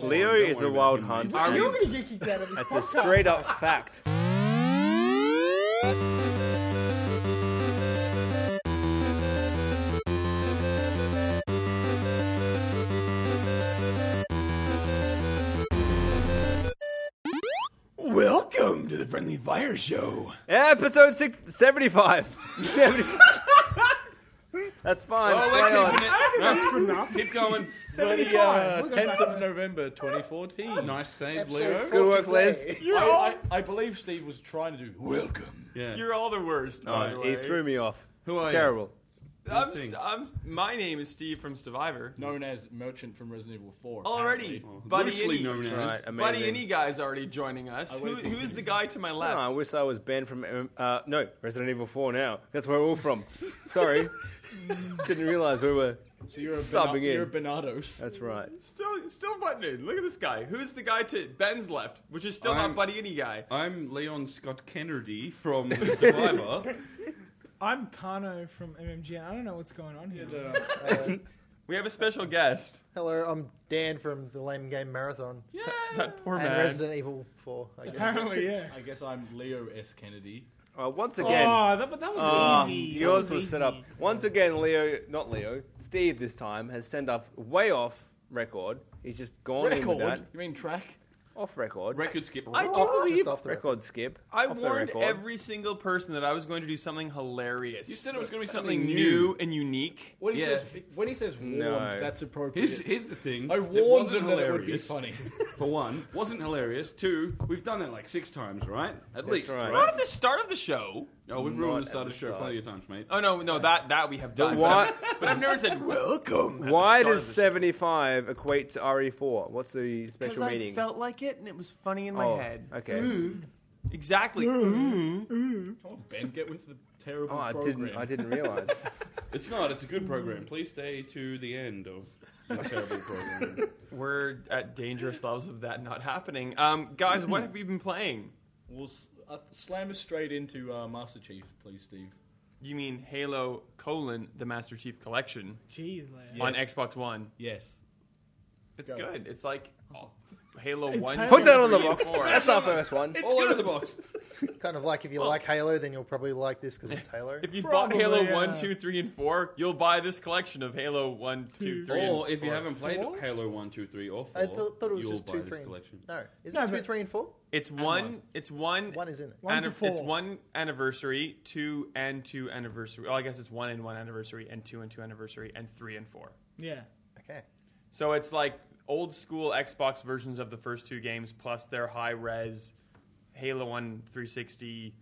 Leary is a wild hunt. Are and you gonna get kicked out of this That's a podcast? straight up fact. Welcome to the Friendly Fire Show. Episode six, 75. 75. That's fine. Oh, Play we're on. keeping it. That's good enough. Keep going. Bloody, 75. uh, We'll go 10th back of November 2014. Nice save, Episode Leo. four. Good work, Les. I, I, I believe Steve was trying to do. Uh, Welcome. Yeah. You're all the worst. by the He way. threw me off. Who are you? Terrible. I'm, thing. st- I'm, st- my name is Steve from Survivor. Known as Merchant from Resident Evil 4. Already, apparently. Buddy Loosely Innie. known as. Right, Buddy amazing. Innie guy's already joining us. Who, would've- who's the guy to my No, left? I wish I was banned from um, uh, no Resident Evil 4 now. That's where we're all from. Sorry, didn't realize we were. So you're a, Subbing Bena- in. you're a Benados. That's right. still, still buttoning. Look at this guy. Who's the guy to Ben's left? Which is still I'm- not Buddy Innie guy. I'm Leon Scott Kennedy from Survivor. I'm Tano from MMG. I don't know what's going on here. We have a special guest. Hello, I'm Dan from the Lame Game Marathon That poor and man. Resident Evil 4. I guess. Oh, Apparently, yeah. I guess I'm Leo S. Kennedy. Uh, once again, oh, that, but that was Um, Ah, easy. That yours was was easy. set up. Once again, Leo, not Leo, Steve this time has sent off way off record. He's just gone in with that. Record? You mean track? Off record. Record skip. I do Off- believe just off the record. record skip. I Off the warned record. every single person that I was going to do something hilarious. You said it was going to be something something new and unique. When he Yeah. says when he says warmed, No. that's appropriate. Here's, here's the thing. I It warned wasn't him that it would be hilarious, funny. For one, wasn't hilarious. Two, we've done that like six times, right? At least, right. right? Not at the start of the show. Oh, we've Not ruined at the start of the the show start. plenty of times, mate. Oh no, no, that that we have done. why- But, I've- but I've never said welcome. at the Why start does of the show. 75 equate to RE4? What's the special meaning? I felt like it and it was funny in my Oh, head. Okay. Exactly. Come on, Oh, Ben, get with the terrible Oh, I program. didn't. I didn't realize. It's not. It's a good program. Please stay to the end of the terrible program. We're at dangerous levels of that not happening. Um, guys, what have we been playing? We'll s- uh, slam us straight into uh, Master Chief, please, Steve. You mean Halo colon the Master Chief Collection Jeez, Leo. on Yes. Xbox One? Yes. It's Go. good. It's like oh, Halo It's One. Halo. Put that on the three, and box. four. That's our first one. All over the box. Kind of like if you like Halo, then you'll probably like this because it's Halo. If you've Probably, bought Halo yeah. One, Two, Three, and 4, you'll buy this collection of Halo One, Two, Three. Or and if you four. haven't played Four? Halo 1, 2, 3, or 4, I thought, thought it was you'll just buy 2, this 3, and collection. No, is No, it 2, but- 3, and 4? It's one. It's one. One is in it. One to annif- It's four. one anniversary, two and two anniversary. Well, I guess it's one and one anniversary, and two and two anniversary, and three and four. Yeah. Okay. So it's like old school Xbox versions of the first two games, plus their high res Halo One 360,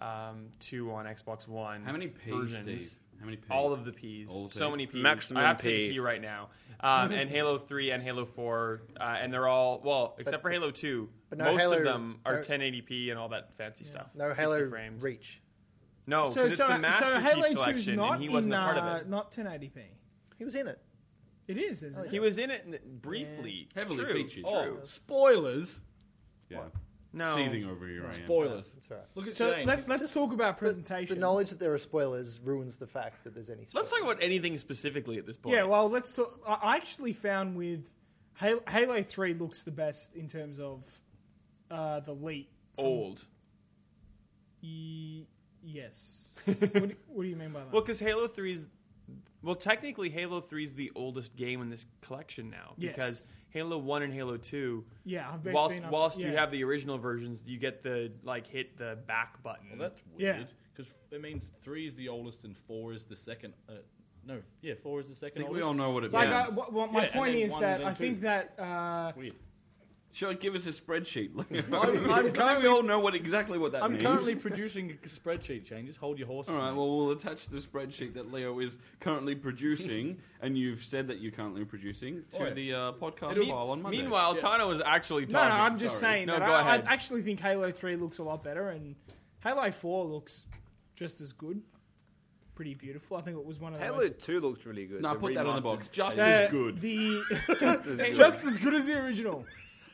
um, two on Xbox One. How many P's, versions. Steve? How many P's? All of the P's. All of so the- many P's. Maximum I have to take P. a P right now. Um, and Halo 3 and Halo 4, uh, and they're all, well, except for Halo 2, but no most of Halo- them are no- 1080p and all that fancy stuff. No 60 Halo frames. Reach. No, because so, Oh, it's so, the Master so Chief Halo 2 is Collection, not and he in, uh, wasn't a part uh, of it. Oh, not 1080p. He was in it. It is, isn't it? He was in it n- briefly. Heavily True. featured. Oh, True. Spoilers. Yeah. no. Seething over here, I am. Spoilers. That's all right. Look at So Shane. let, let's talk about The presentation. knowledge that there are spoilers ruins the fact that there's any spoilers. Let's talk about anything specifically at this point. yeah, well, let's talk. I I actually found with Halo, Halo 3 looks the best in terms of uh, the leak. old. Ye- yes. what, do, what do you mean by that? Well, because Halo 3 is. Well, technically, Halo 3 is the oldest game in this collection now. Yes. Because Halo 1 and Halo 2. yeah, I've been. Whilst, been up- whilst yeah. you have the original versions, you get the, like, hit the back button. Well, that's Yeah. weird. Because it means three is the oldest and four is the second. Uh, no, yeah, four is the I second think we oldest. all know what it Like, uh, means. I, what, what my Yeah, and point then is one that and I two. think that. Uh, Weird. Sure, give us a spreadsheet. I'm I think we currently- all know what exactly what that I'm means. currently producing a spreadsheet, Shane. Just hold your horses. All right. mate. Well, we'll attach the spreadsheet that Leo is currently producing, and you've said that you're currently producing to Oh, yeah. the uh, podcast Me- file on Monday. Meanwhile, Yeah. Tano was actually no, talking. no, I'm just sorry. saying No, that go I, I ahead. actually think Halo 3 looks a lot better, and Halo 4 looks just as good. Pretty beautiful. I think it was one of the Halo most. 2 looks really good. no, The put that on the remastered. box. Just Uh, as good. The. It's good. just as good as the original.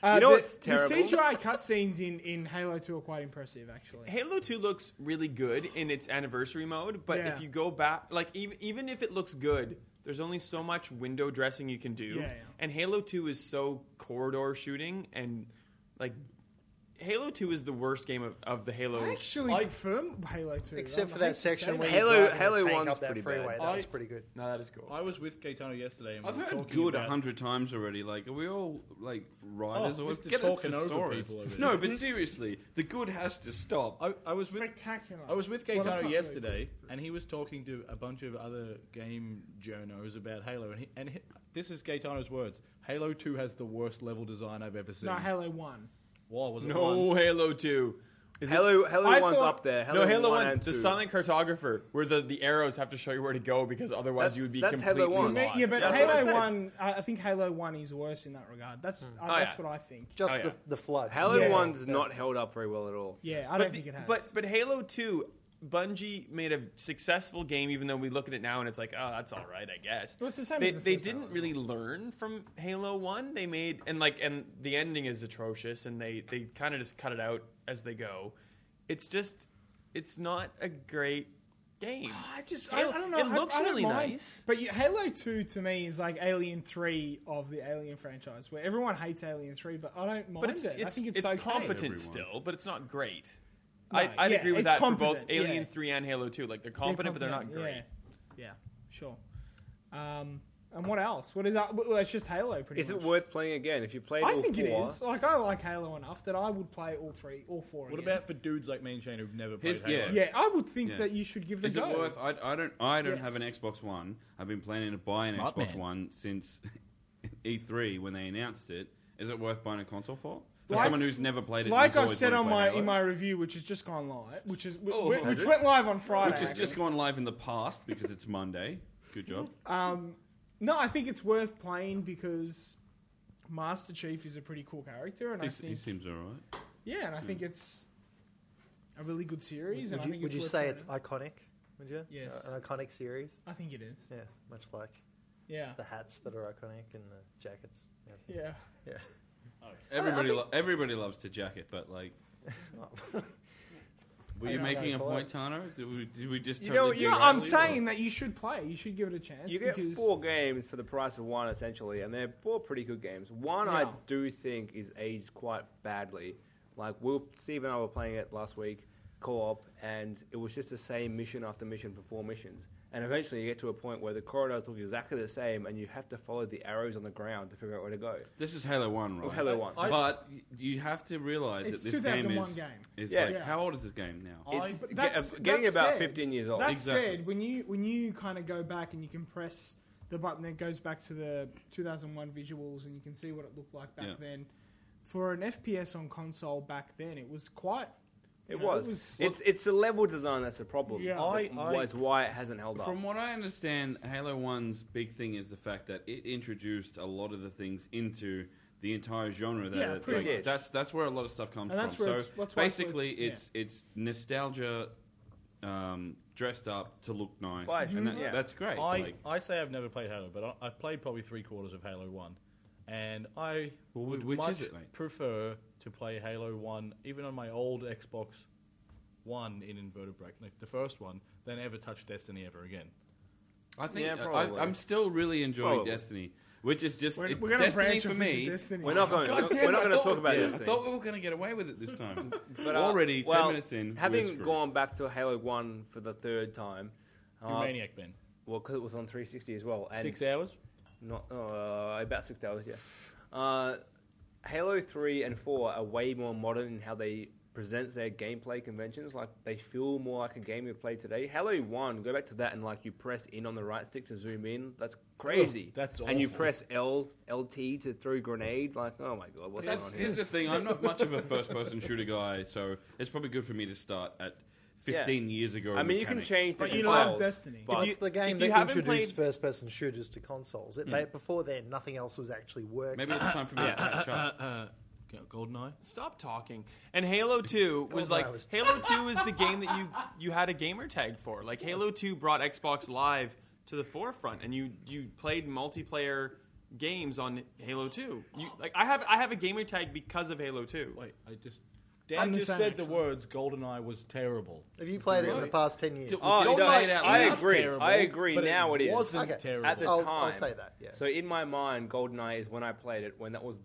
Uh, You know the, what's terrible? The CGI cutscenes in, in Halo 2 are quite impressive, actually. Halo 2 looks really good in its anniversary mode, but Yeah. if you go back, like, even, even if it looks good, there's only so much window dressing you can do. Yeah, yeah. And Halo 2 is so corridor shooting and like Halo 2 is the worst game of, of the Halo. I actually I- prefer Halo 2. Except I hate for that to say section that. where Halo- you're driving Halo the tank 1's up that pretty bad. freeway. That I- was pretty good. no, that is cool. I was with Gaetano yesterday. And we I've were heard talking good a about- hundred times already. Like, are we all like writers Oh, or Mr. get a Talking Over thesaurus? People over here. No, but seriously, the good has to stop. I, I was with Spectacular. I was with Well, that's Gaetano not really yesterday, and he was talking to a bunch of other game journos about Halo, and he, and he, this is Gaetano's words: "Halo Two has the worst level design I've ever seen." No, Halo 1. Whoa, was it one? no Oh, Halo 2. Halo, Halo I One's thought- up there. Halo No, Halo One, 1, and the two. silent cartographer where the, the arrows have to show you where to go because otherwise That's- you would be that's Halo completely 1. lost. Yeah, but That's what I Halo said. 1, I I think Halo 1 is worse in that regard. That's uh, Oh, that's yeah. what I think. Just Oh, yeah. the, the flood. Halo Yeah. One's not held up very well at all. Yeah, I don't but, think the- it has. but but Halo Two, Bungie made a successful game. Even though we look at it now and it's like, oh, that's all right, I guess. Well, it's the same They, as the they first Halo didn't as really learn from Halo One. They made and like and the ending is atrocious, and they they kind of just cut it out as they go. It's just, it's not a great game. Ah, I just, Halo- I, I don't know. it I- looks I don't really mind. nice. But you, Halo 2 to me is like Alien 3 of the Alien franchise, where everyone hates Alien 3, but I don't mind But it's it. it's I think it's, it's, okay. competent Everyone. still, but it's not great. No, I, I'd yeah, agree with it's that for both competent, Alien yeah. Three and Halo Two. Like they're They're competent, but they're not competent, great. Yeah, yeah sure. Um, and what else? What is that? Well, it's just Halo, pretty Is much. it worth playing again? If you played I all think four, it is. Like, I like Halo enough that I would play all three, all four. What again. about for dudes like me and Shane who've never played Here's- Halo? yeah. Yeah, I would think Yeah. that you should give it Is a it go. worth? I, I don't. I don't have an Yes. Xbox One. I've been planning to buy an Smart Xbox man. One since E3 when they announced it. Is it worth buying a console for? For Like- someone who's never played it, and like has I always said wanted on to play my Halo, in my review, which has just gone live, which is Oh, which, has which it? went live on Friday, which has actually. just gone live in the past because it's Monday. Good job. Um, No, I think it's worth playing because Master Chief is a pretty cool character, and I He- he think seems all right. yeah, and I think it's a really good series. and I Would you, think would you worth say playing. it's iconic? Would you? Uh, Yes. An iconic series? I think it is. Yeah, much like Yeah, the hats that are iconic and the jackets. Yeah. yeah. yeah. Everybody, lo- everybody loves to jacket, but like, were I you don't making a know. point, Tano? Did we, did we just You know- totally you No, know, derail I'm you? saying that you should play. You should give it a chance. You get because four games for the price of one, essentially, and they're four pretty good games. One I Yeah. do think is aged quite badly. Like, Will, Steve and I were playing it last week, co-op, and it was just the same mission after mission for four missions. And eventually, you get to a point where the corridors look exactly the same, and you have to follow the arrows on the ground to figure out where to go. This is Halo One, right? It's Halo 1. but you have to realize It's that this game 2001 is, game. is Yeah. like Yeah. how old is this game now? I- It's but ge- that's- uh, getting that's about said. 15 years old. That Exactly. said, when you when you kind of go back and you can press the button that goes back to the 2001 visuals and you can see what it looked like back Yeah. then. For an FPS on console back then, it was quite. you it know, was. It's it's the level design that's the problem. Yeah. I, I- I- was why it hasn't held up. From what I understand, Halo 1's big thing is the fact that it introduced a lot of the things into the entire genre. That Yeah, it, pretty like, much. That's that's where a lot of stuff comes And that's from. where so it's- that's why it's basically, worth- yeah. it's it's nostalgia um, dressed up to look nice, Right, and that, Mm-hmm. yeah. that's great. I, like, I say I've never played Halo, but I, I've played probably three quarters of Halo One, and I Well, would which is much it, mate? prefer to play Halo One, even on my old Xbox One in inverted brackets, like the first one, than ever touch Destiny ever again. I think Yeah, I- probably. I, I'm still really enjoying Probably. Destiny, which is just We're- it- we're gonna Destiny branch for off me. into Destiny. we're not going. God damn We're it, not I going to thought- talk about yeah, this I thing. thought we were going to get away with it this time. But, uh, Already well, ten minutes in, we're Having screwed. gone back to Halo One for the third time, You uh, maniac, Ben. well, because it was on 360 as well, and Six hours. not uh, about six hours, yeah. Uh, Halo Three and Four are way more modern in how they present their gameplay conventions. Like they feel more like a game we play today. Halo One, go back to that, and like you press in on the right stick to zoom in. That's crazy. Ugh, that's and you awful. press L LT to throw grenade. Like oh my god, what's going That's, on here? here's the thing. I'm not much of a first-person shooter guy, so it's probably good for me to start at 15 years ago. I mean, you can mechanics. change. The But you controls, love Destiny. but- Well, it's the game if that you haven't introduced played- first-person shooters to consoles. Hmm. It made, before then, nothing else was actually working. Maybe it's time for me to catch up. Uh, G- Goldeneye. Stop talking. And Halo 2 was Goldeneye like was- Halo 2 is the game that you you had a gamer tag for. Like Halo 2 brought Xbox Live to the forefront and you you played multiplayer games on Halo 2. You like I have I have a gamer tag because of Halo 2. Wait, I just Dan I'm the just same, said the actually. words GoldenEye was terrible. Have you played it in the past ten years? Do- Oh, Don't no, say it out Oh, I loud. It's agree. terrible, I agree. but now it is. Oh. wasn't Okay. terrible. At the I'll- time, I'll say that, yeah. So in my mind, GoldenEye is when I played it, when that was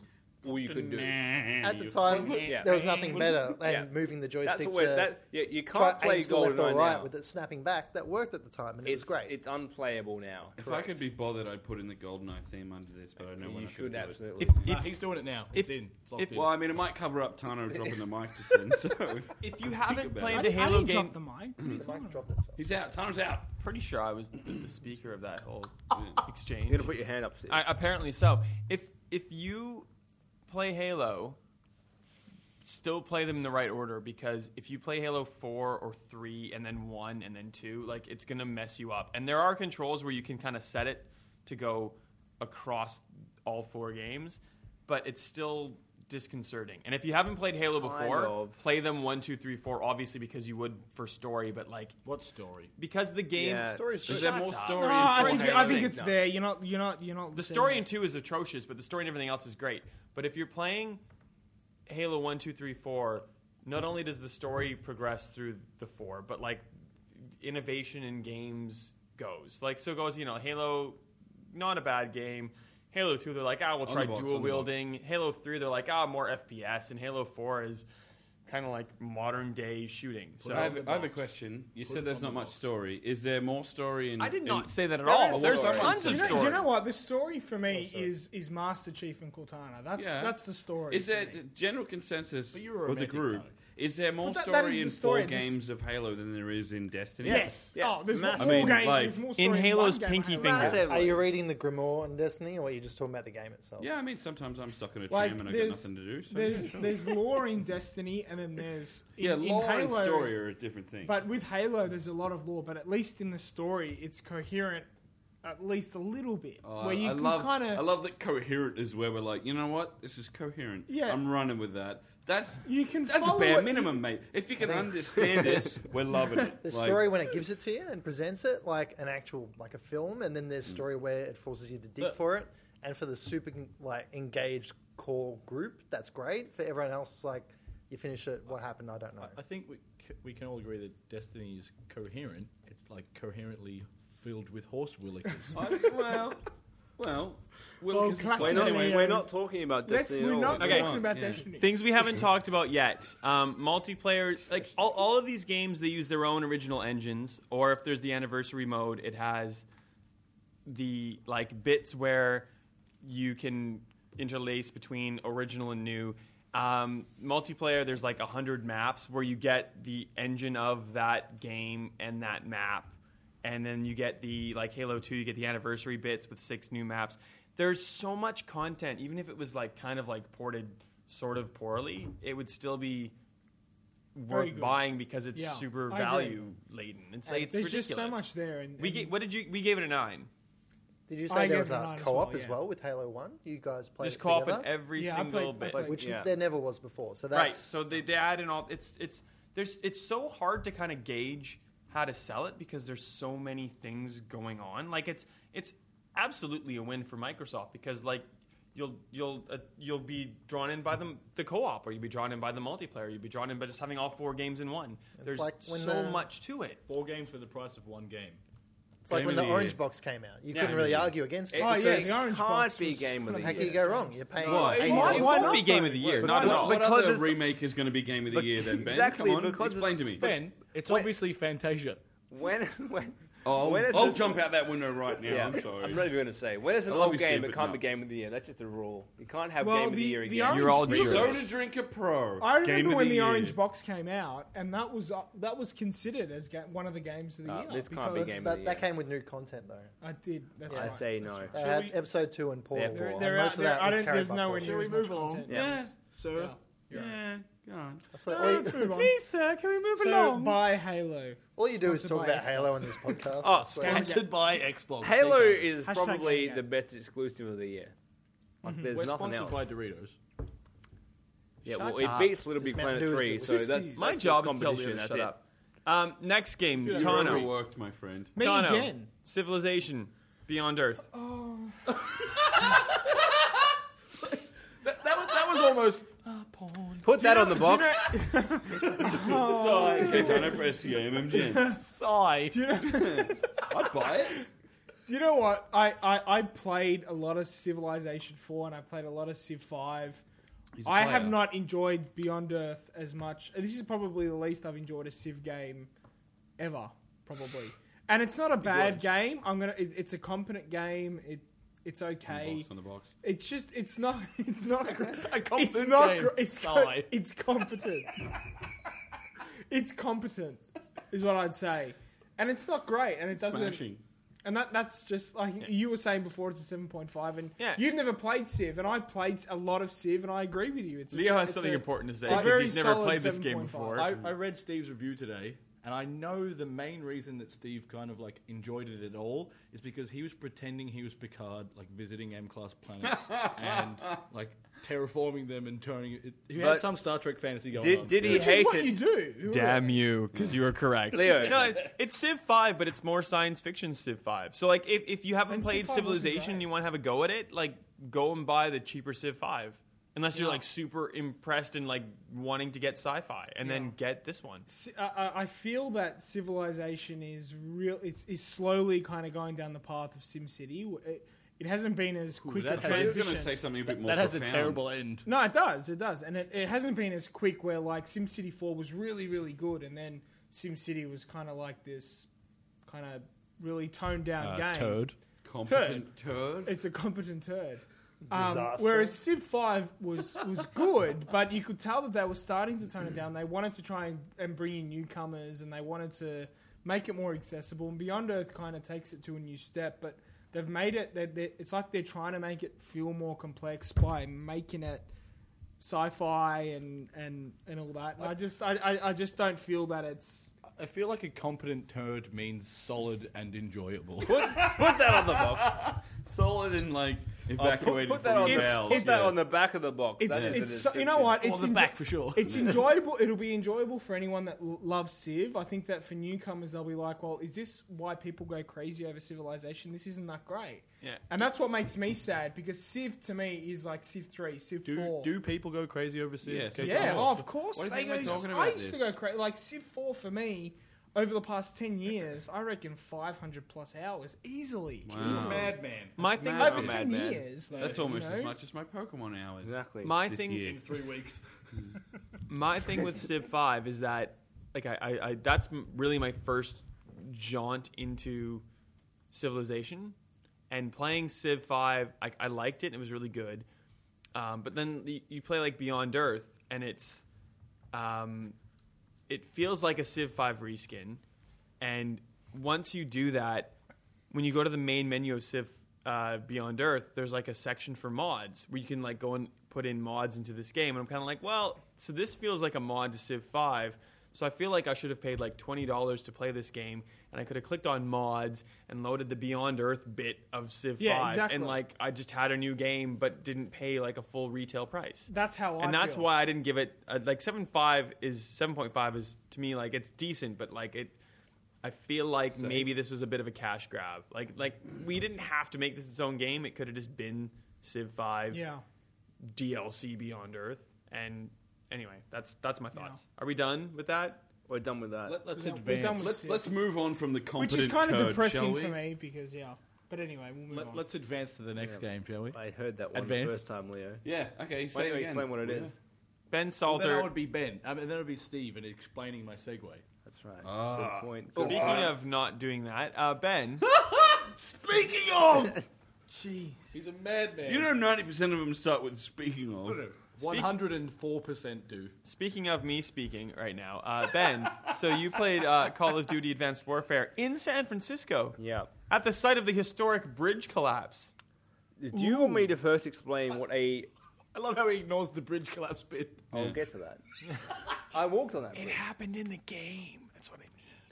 all you could do. At the time, Yeah. there was nothing better than Yeah. moving the That's joystick what to that. Yeah, you try can't and play aim to the left or GoldenEye right now. with it snapping back. That worked at the time, and it it's was great. It's unplayable now. If I could be bothered, I'd put in the GoldenEye theme under this, but I you know we're not gonna should do it. absolutely. If, Nah, if, he's doing it now. if- it's in. It's locked if- in. Well, I mean, it might cover up Tano dropping the mic just then, so if you haven't about I, it. played I a Halo didn't game, drop the mic. What are you the mic talking dropped itself. he's out. Tano's out. pretty sure I was the, the speaker of that whole exchange. You're gonna put your hand up. Sid. I, apparently so. If if you play Halo, still play them in the right order because if you play Halo four or three and then one and then two, like it's gonna mess you up. And there are controls where you can kind of set it to go across all four games, but it's still disconcerting. And if you haven't played Halo Kind before, of. play them one, two, three, four, obviously because you would for story, but like what story? because the game Yeah. Story's Is good. there more up. story? No, I think, Is I think No. it's there. You're not. You're not. You're not. The saying story in that. two is atrocious, but the story and everything else is great. But if you're playing Halo one, two, three, four, not only does the story progress through the four, but like innovation in games goes. Like so goes, you know, Halo not a bad game. Halo two, they're like, ah, we'll On try the box, on the dual box. wielding. Halo three, they're like, ah, more FPS, and Halo four is kind of like modern day shooting. So I have, I have a question. You said there's not much story. Is there more story in? I did in- not say that at There all. is There's story. tons You of Do you, know, do story. you know what? The story for me is is Master Chief and Cortana. That's Yeah. that's the story. Is for there me. general consensus But you're a of the romantic group? guy. Is there more But that- that is story the in story, four this- games of Halo than there is in Destiny? Yes. Yes. Oh, there's more, Massive. I mean, more game. like, there's more in story one Halo's game pinky than finger. Halo. Massive. Are you reading the grimoire on Destiny, or are you just talking about the game itself? Yeah, I mean, sometimes I'm stuck in a tram Like, and I got there's- nothing to do. So There's there's lore in Destiny, and then there's in, yeah, in lore Halo, and story are a different thing. But with Halo, there's a lot of lore. But at least in the story, it's coherent, at least a little bit, Oh, where you I can love, kind I of love that coherent is where we're like, you know what? This is coherent. Yeah. I'm running with that. That's You can That's follow bare it. minimum, mate. If you can understand this, we're loving it. The Like, story when it gives it to you and presents it like an actual like a film, and then there's Mm. story where it forces you to dig for it. And for the super like engaged core group, that's great. For everyone else, it's like you finish it, what happened, I don't know. I think we c- we can all agree that Destiny is coherent. It's like coherently filled with horse willikers. I- well, well, Well, Wilkins Oh, classic we're, not, Anyway, we're um, not talking about let's Destiny. we're at all. not Okay. talking about Yeah. Destiny. Things we haven't talked about yet. Um, multiplayer, like all, all of these games, they use their own original engines. Or if there's the anniversary mode, it has the like bits where you can interlace between original and new. Um, multiplayer, there's like hundred maps where you get the engine of that game and that map, and then you get the like Halo Two, you get the anniversary bits with six new maps. There's so much content, even if it was like kind of like ported sort of poorly, it would still be Very worth good. buying because it's Yeah, super I agree. value laden. It's there's like it's just so ridiculous. much there, and, We and gave, what did you? We gave it a nine. Did you I say gave there was it a a nine as co-op well, as yeah. well with Halo One? You guys played Just it co-op in together, every Yeah, I single played- I bit. played- which Yeah. there never was before. So that's right. So they, they add in all. It's it's there's it's so hard to kind of gauge how to sell it because there's so many things going on. Like it's it's absolutely a win for Microsoft because like you'll you'll uh, you'll be drawn in by the the co-op or you'll be drawn in by the multiplayer. You'll be drawn in by just having all four games in one. there's like when so the- much to it. Four games for the price of one game. it's like Game when of the the Orange Year. Box came out. You Game couldn't of really the argue against it. Oh, yeah, because the Orange can't Box be was game of the one how year. can you go wrong? You're paying. $80. Why? It why- won't why not, be game of the though? year. Why Not at not? all. What Because other it's- remake is going to be game of the year then, Ben? Exactly, Come on, because explain it's- to me. Ben, it's obviously Fantasia. When when oh, when it's I'll a- jump out that window right now. Yeah, I'm sorry. I'm not even going to say when it's an I'll old be game. It stupid can't now. be game of the year. That's just a rule. You can't have Well, game of the the- year the again. You're all Orange- You're- Soda drinker pro. I remember game when of the, the, year. Orange Box came out, and that was uh, that was considered as ga- one of the games of the Uh, year. this can't be because- game of the But year. that came with new content though. I did. That's I right. say no. They had episode two and Portal. Therefore- There, and there, are- most of there- that I was don't, carried there's by nowhere Portal. near we as much move along? content. Yeah. Yes. So Yeah. Yeah, go on. I swear, No, all, let's you, move on. sir, can we move So buy Halo. all you do is Sponsored talk by about Xbox. Halo on this podcast. I swear. Stan- sponsored by Xbox. Halo Big time. is Hashtag probably game. the best exclusive of the year. Like, There's We're nothing sponsored else. by Doritos. yeah, Shut well, up. it beats Little Big This Planet Mountain Dew is Three, so delicious. that's My that's job just is to tell competition. you to That's shut it. up. Um, next game, You Tano. overworked, my friend. Me Tano. again. Civilization Beyond Earth. That was, that was almost. porn. Put that on the box. Do you Sigh, Katana Press MMG. Sigh. know, do you know, I'd buy it. do you know what? I, I, I played a lot of Civilization 4 and I played a lot of Civ 5. He's a I have player. not enjoyed Beyond Earth as much. This is probably the least I've enjoyed a Civ game ever, probably. And it's not a bad game. I'm gonna. It, it's a competent game. It it's okay. Box on the box. It's just it's not it's not gr- it's competent not game. gr- it's co- Sigh. it's competent. it's competent is what I'd say, and it's not great, and it doesn't. Smashing. And that that's just like you were saying before. It's a seven point five, and Yeah. you've never played Civ, and I played a lot of Civ, and I agree with you. It's a- Leo it's has something a- important to say it's a because very he's never solid played this game 7.5. before. I, I read Steve's review today, and I know the main reason that Steve kind of like enjoyed it at all is because he was pretending he was Picard, like visiting M-class planets and like terraforming them and turning it. He had But some Star Trek fantasy going Did, on. did he Which is hate what it? you do. Damn you, because you were correct. Leo. No, it- it's Civ 5, but it's more science fiction Civ 5. So, like, if, if you haven't And Civ played 5 wasn't Civilization bad. and you want to have a go at it, like, go and buy the cheaper Civ 5. Unless you're, like, super impressed and, like, wanting to get sci fi, and then get this one. Ci- I- I, I feel that civilization is real. It's is slowly kind of going down the path of SimCity. W- It, it hasn't been as quick a That has, I was going transition. to say something a bit more that has a profound. terrible end. no, it does. It does, and it, it hasn't been as quick. Where like SimCity Four was really really good, and then SimCity was kind of like this kind of really toned Uh, down game. competent turd. It's a competent turd. Um, Disaster. whereas Civ Five was was good, but you could tell that they were starting to tone it down. They wanted to try and, and bring in newcomers, and they wanted to make it more accessible. And Beyond Earth kind of takes it to a new step, but they've made it. They, they, it's like they're trying to make it feel more complex by making it sci-fi and and and all that. And I just I, I, I just don't feel that it's I feel like a competent turd means solid and enjoyable. Put that on the box. solid and like Put, evacuated put that on from the your box. It's- bowels. Put that Yeah. on the back of the box. it's That is the it's so, you know what description. it's enjo- for sure. It's enjoyable. It'll be enjoyable for anyone that l- loves Civ. I think that for newcomers, they'll be like, "Well, is this why people go crazy over Civilization? This isn't that great." Yeah. and that's what makes me sad because Civ to me is like Civ three, Civ do, four. do people go crazy over Civ? Yes. Okay, yeah, come oh, on. of course What do they you go. think we're talking I about used to this? go crazy. Like Civ four for me. Over the past ten years, I reckon five hundred plus hours easily. Wow. madman. My thing That's Over was mad. ten Madman. years, though, That's almost you know? as much as my Pokemon hours. Exactly. My This thing, year. Three weeks. my thing with Civ Five is that, like, I, I, I that's m- really my first jaunt into Civilization, and playing Civ Five, I, I liked it. and It was really good, um, but then the, you play like Beyond Earth, and it's, um, it feels like a Civ Five reskin, and once you do that, when you go to the main menu of Civ uh, Beyond Earth, there's like a section for mods where you can like go and put in mods into this game. And I'm kind of like, well, so this feels like a mod to Civ 5. So I feel like I should have paid like twenty dollars to play this game, and I could have clicked on mods and loaded the Beyond Earth bit of Civ Yeah, 5, exactly. and like I just had a new game, but didn't pay like a full retail price That's how Oh, I. and that's feel. why I didn't give it uh, like seven five is seven point five is to me like it's decent, but like it, I feel like maybe this was a bit of a cash grab. Like like we didn't have to make this its own game; it could have just been Civ Five Yeah. DLC Beyond Earth. And anyway, that's that's my thoughts. Are we done with that? We're done with that. Let, us Yeah, we're advance. done with Let's Civ. let's move on from the which competent is kind of turd, depressing shall we? for me because yeah. But anyway, we'll move Let, on. us advance to the next Yeah. game, shall we? I heard that one the Advanced. first time, Leo. Yeah. Okay. Why Say don't you it again. explain what it Yeah. is? Ben Well, then I Salter. would be Ben. I mean, then it would be Steve, and explaining my segue. That's right. Ah. Good point. speaking of not doing that, uh, Ben, Speaking of, Jeez. he's a madman. You know, ninety percent of them start with speaking of. one hundred and four percent do. speaking of me speaking right now, uh, Ben. so you played uh, Call of Duty: Advanced Warfare in San Francisco. yeah. at the site of the historic bridge collapse. Do you want me to first explain what a? I love how he ignores the bridge collapse bit. I'll get to that. I walked on that. bridge. happened in the game. That's what I mean.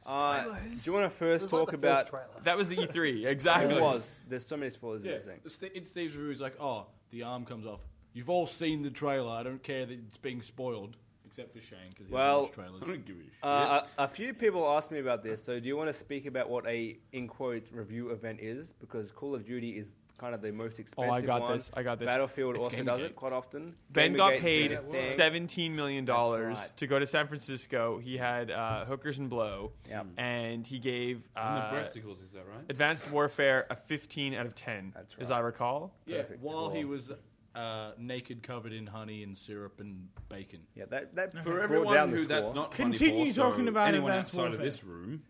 Uh, do you want to first It's talk like the about? first trailer. That was the E3, It exactly. was. There's so many spoilers in Yeah, this thing. St- in Steve's review, he's like, "Oh, the arm comes off." You've all seen the trailer. I don't care that it's being spoiled, except for Shane because he Well- watched trailers. I don't give a shit. Uh, a, a few people asked me about this, so do you want to speak about what a in quote review event is? Because Call of Duty is kind of the most expensive I got one. this, I got this. Battlefield It's also Game does Gate. it quite often. Ben Game got Gate's paid doing it. seventeen million dollars That's right. to go to San Francisco. He had uh, hookers and blow, Yeah. and he gave And the uh, breasticles, is that right? Advanced Warfare a fifteen out of ten, That's as right. I recall. Yeah, Perfect while he score. was uh, naked, covered in honey and syrup and bacon. Yeah, that that For brought everyone down the who that's score. not Continue funny for, so talking about anyone Advanced outside of Warfare. this room.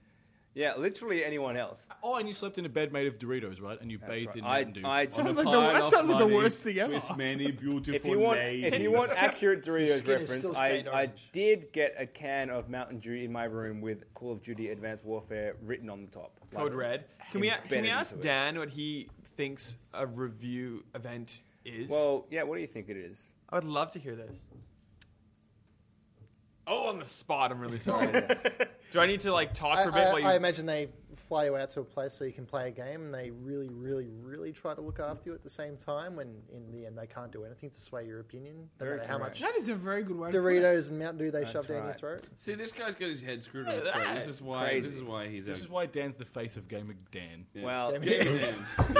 Yeah, literally anyone else. Oh, and you slept in a bed made of Doritos, right? And you bathed right. in I- Mountain Dew. I- on Sounds a like the- pile that of sounds like the money. worst thing ever. With many beautiful If you want, ladies. if you want accurate Doritos skin is still reference, I, stained I orange. did get a can of Mountain Dew in my room with Call of Duty Advanced Warfare written on the top. Like, Code Red. Can we can embedded we ask into it. Dan what he thinks a review event is? Well, yeah. What do you think it is? I would love to hear this. Oh, on the spot. I'm really sorry. Do I need to like talk I, for a bit I- while you? I imagine they fly you out to a place so you can play a game, and they really, really, really try to look after you at the same time. When in the end, they can't do anything to sway your opinion, no Very matter how correct. much That is a very good way to put it. Doritos and Mountain Dew they shove down your right. throat. See, this guy's got his head screwed on Look his at throat. that. This is why. Crazy. This is why he's. This a- is why Dan's the face of Gamer Dan. yeah. Well, Damn.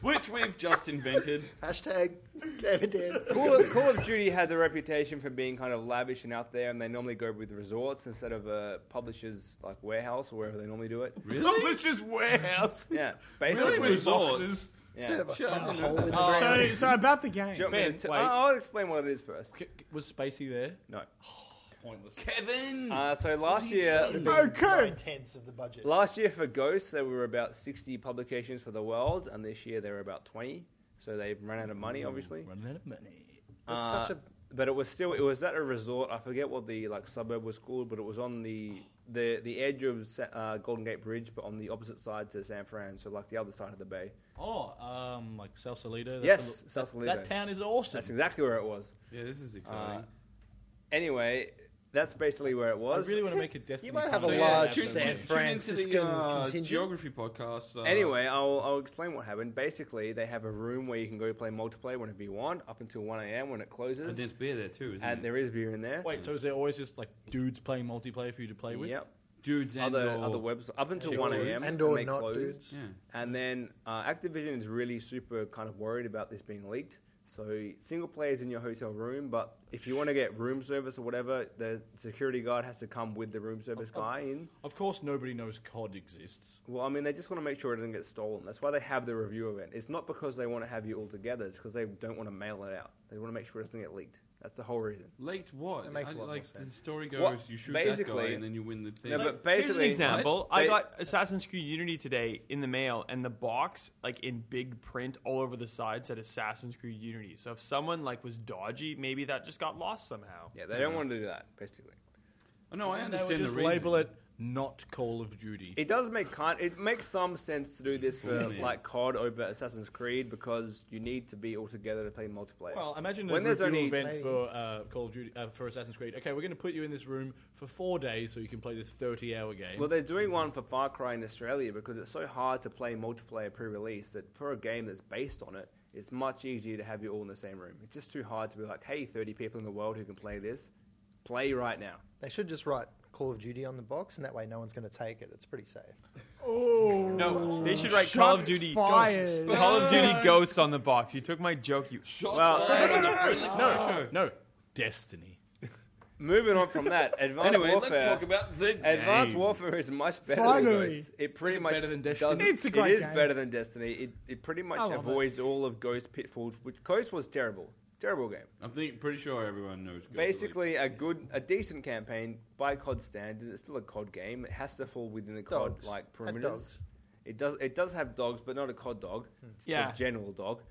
which we've just invented. Hashtag David Dan. Call of, Call of Duty has a reputation for being kind of lavish and out there, and they normally go with resorts instead of a publisher's like warehouse or wherever they normally do it. Really? Publisher's warehouse. Yeah, basically. With Resorts. boxes. Instead Yeah. of a, a hole in the ground. So, so about the game. Do you want me to Ben, t- wait. I'll I'll explain what it is first. K- Was Spacey there? No. Pointless. Kevin. Uh, so last year, Okay. tenths of the budget. Last year for Ghosts, there were about 60 publications for the world, and this year there were about 20. So they've run out of money, obviously. Running out of money. It's Uh, such a But it was still it was at a resort. I forget what the like suburb was called, but it was on the the the edge of Sa- uh, Golden Gate Bridge, but on the opposite side to San Fran, so like the other side of the bay. Oh, um, like South Salido. that's Yes, a little- South that- Salido. That town is awesome. That's exactly where it was. yeah, this is Uh, exciting. anyway, that's basically where it I was. really want to make a Destiny. might have a cover. yeah, large tune- San tune- tune Franciscan into the, uh, contingent. geography podcast. Uh, Anyway, I'll, I'll explain what happened. Basically, they have a room where you can go play multiplayer whenever you want, up until 1 a.m. when it closes. and there's beer there too, isn't and there? there is beer in there. Wait, so is there always just like dudes playing multiplayer for you to play with? Yep. Dudes and Other or- other websites up until Chick one dudes. a.m. and or they not close. dudes. Yeah. And then uh, Activision is really super kind of worried about this being leaked. So single players in your hotel room, but if you want to get room service or whatever, the security guard has to come with the room service guy in. Of course, nobody knows COD exists. Well, I mean, they just want to make sure it doesn't get stolen. That's why they have the review event. It's not because they want to have you all together. It's because they don't want to mail it out. They want to make sure it doesn't get leaked. That's the whole reason. Leaked what? That makes I- a lot more like sense. the story goes, What- you shoot that guy basically- and then you win the thing. No, but basically, Here's an example. I They- got Assassin's Creed Unity today in the mail, and the box, like in big print all over the side, said Assassin's Creed Unity. So if someone like was dodgy, maybe that just got lost somehow. Yeah, they don't want to do that. Basically, Oh, no, I And they would understand the just reason. label it not Call of Duty. It does make kind. It makes some sense to do this for Yeah. like COD over Assassin's Creed because you need to be all together to play multiplayer. well, imagine when a there's review only event for uh, Call of Duty uh, for Assassin's Creed. Okay, we're going to put you in this room for four days so you can play this thirty-hour game. well, they're doing one for Far Cry in Australia because it's so hard to play multiplayer pre-release that for a game that's based on it, it's much easier to have you all in the same room. It's just too hard to be like, hey, 30 people in the world who can play this, play right now. They should just write Call of Duty on the box, and that way no one's going to take it. It's pretty safe. Oh. No, they should write Call of Shots Duty fired. Ghosts. Call of Duty Ghosts on the box. You took my joke. You Shots Well- fired on a friendly fire. no, Destiny. Moving on from that, Advanced Anyway, Warfare. let's talk about the Advanced game. Warfare is much better. Finally. Than Ghost. It pretty Is it much better than Destiny? does. It's a great It is game. better than Destiny. It, it pretty I much love it. avoids all of Ghost pitfalls, which Ghost was terrible, terrible game. I'm think, pretty sure everyone knows. Ghost Basically, a good, a decent campaign by COD standards. It's still a COD game. It has to fall within the COD Dogs. like Had perimeters. dogs. It does. It does have dogs, but not a COD dog. It's Yeah. a general dog.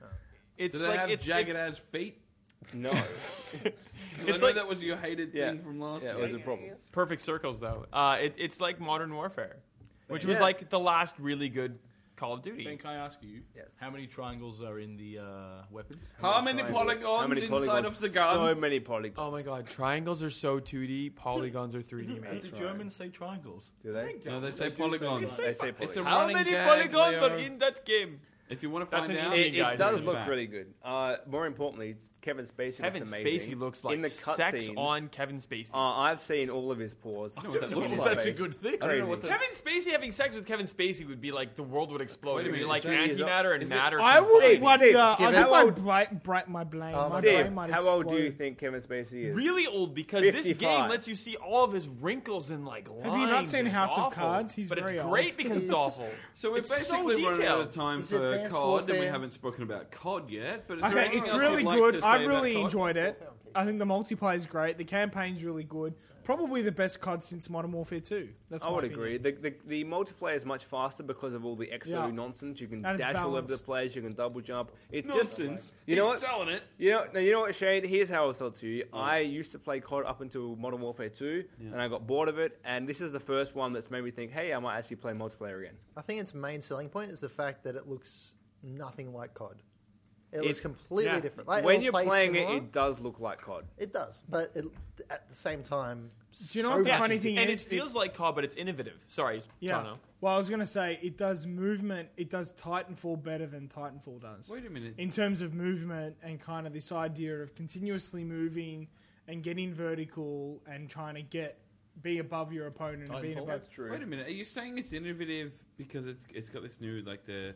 it's Do they like have it's, jagged it's- ass feet? No, 'Cause I It's know like- that was your hated Yeah. thing from last yeah, it year. was a problem. perfect circles though. Uh, it, it's like Modern Warfare, which was Yeah. like the last really good Call of Duty. Ben, can I ask you? Yes. How many triangles are in the uh, weapons? How many Triangles. polygons How many inside polygons? of the gun? So many polygons. Oh my god, triangles are so 2D, polygons are 3D, How man. did the Germans say triangles? Do they? Oh, no, they They say do say polygons. They say polygons. It's a How running many gag, polygons Leo. are in that game? If you want to That's find an out, indie It, Hey, guys, it does it's look back. really good. Uh, more importantly, Kevin Spacey Kevin looks amazing. Spacey looks like in the cut sex scenes, on Kevin Spacey. Um, Uh, I've seen all of his paws. know what that looks if like. that's a good thing. I don't know what the- Kevin Spacey having sex with Kevin Spacey would be like the world would explode. Wait a It'd be minute, like is that- is that- antimatter and is it- matter. I combined. would Steve, wonder. Steve, I give think it. my, How old- bla- bra- my brain, Oh, my Steve, brain Steve, might how old do you explode. think Kevin Spacey is? really old because this 55. game lets you see all of his wrinkles and like lines. you not seen and it's House of awful. Cards? He's but very it's old. great because it's awful. So we're it's so basically running out detailed. of time Is it for COD, Advanced and we Warfare? haven't spoken about COD yet. But is there Okay, anything it's else really you'd like good. to say I've about really COD? enjoyed it. I think the multiplayer is great. The campaign's really good. Probably the best COD since Modern Warfare 2. That's I my would opinion. agree. The, the, the multiplayer is much faster because of all the exo Yeah. nonsense. You can And dash it's all over the balanced. place. You can double jump. It's Nonsense. just you know He's what? selling it. You know, now you know what, Shane. Here's how I'll sell it to you. I used to play COD up until Modern Warfare 2, and I got bored of it. And this is the first one that's made me think, hey, I might actually play multiplayer again. I think its main selling point is the fact that it looks nothing like COD. It, looks completely yeah. different. Like, when it'll you're play playing similar. it, it does look like COD. It does, but it, at the same time, Do you know so what the much funny is thing And it is? feels like COD, but it's innovative. Sorry, yeah. Tono. Well, I was going to say it does movement. It does Titanfall better than Titanfall does. Wait a minute. In terms of movement and kind of this idea of continuously moving and getting vertical and trying to get be above your opponent and being Titanfall? above. Wait a minute. Are you saying it's innovative because it's it's got this new like the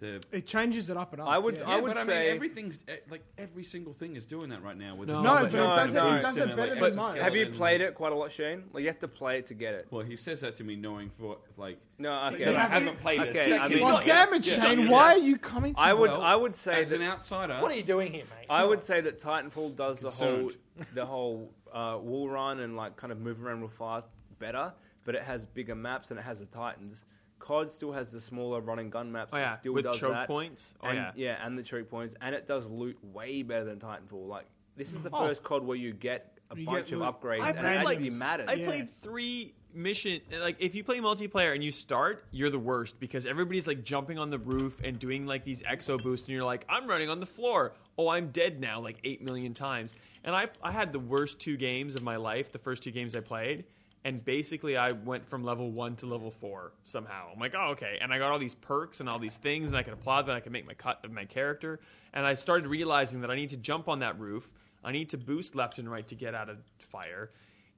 the It changes it up and up. I would- yeah. I would- but I say- mean, everything's eh, like every single thing is doing that right now. With No, the No, robot but it does and the it- it boost does it and, better like, than But mine. exoskeleton. have you played it quite a lot, Shane? Like you have to play it to get it. Well, he says that to me knowing for like No, okay. that I have you- haven't played it. Okay, I mean- well, damn it, Shane! Why are you coming? To I would, Well, I would say as that an outsider. What are you doing here, mate? I would say that Titanfall does the whole Concerned. the whole uh, wall run and like kind of move around real fast better, but it has bigger maps and it has the Titans. COD still has the smaller run and gun maps. Oh it yeah, still with does choke that. points. Oh and, yeah. and the choke points, and it does loot way better than Titanfall. Like this is the Oh. first COD where you get a You bunch get of loot. upgrades, I and it played like actually matters. I Yeah. played three mission. Like if you play multiplayer and you start, you're the worst because everybody's like jumping on the roof and doing like these exo boosts, and you're like, I'm running on the floor. Oh, I'm dead now, like eight million times. And I I had the worst two games of my life. The first two games I played. And basically, I went from level one to level four somehow. I'm like, oh, okay. And I got all these perks and all these things, and I could applaud them. I could make my cut of my character. And I started realizing that I need to jump on that roof. I need to boost left and right to get out of fire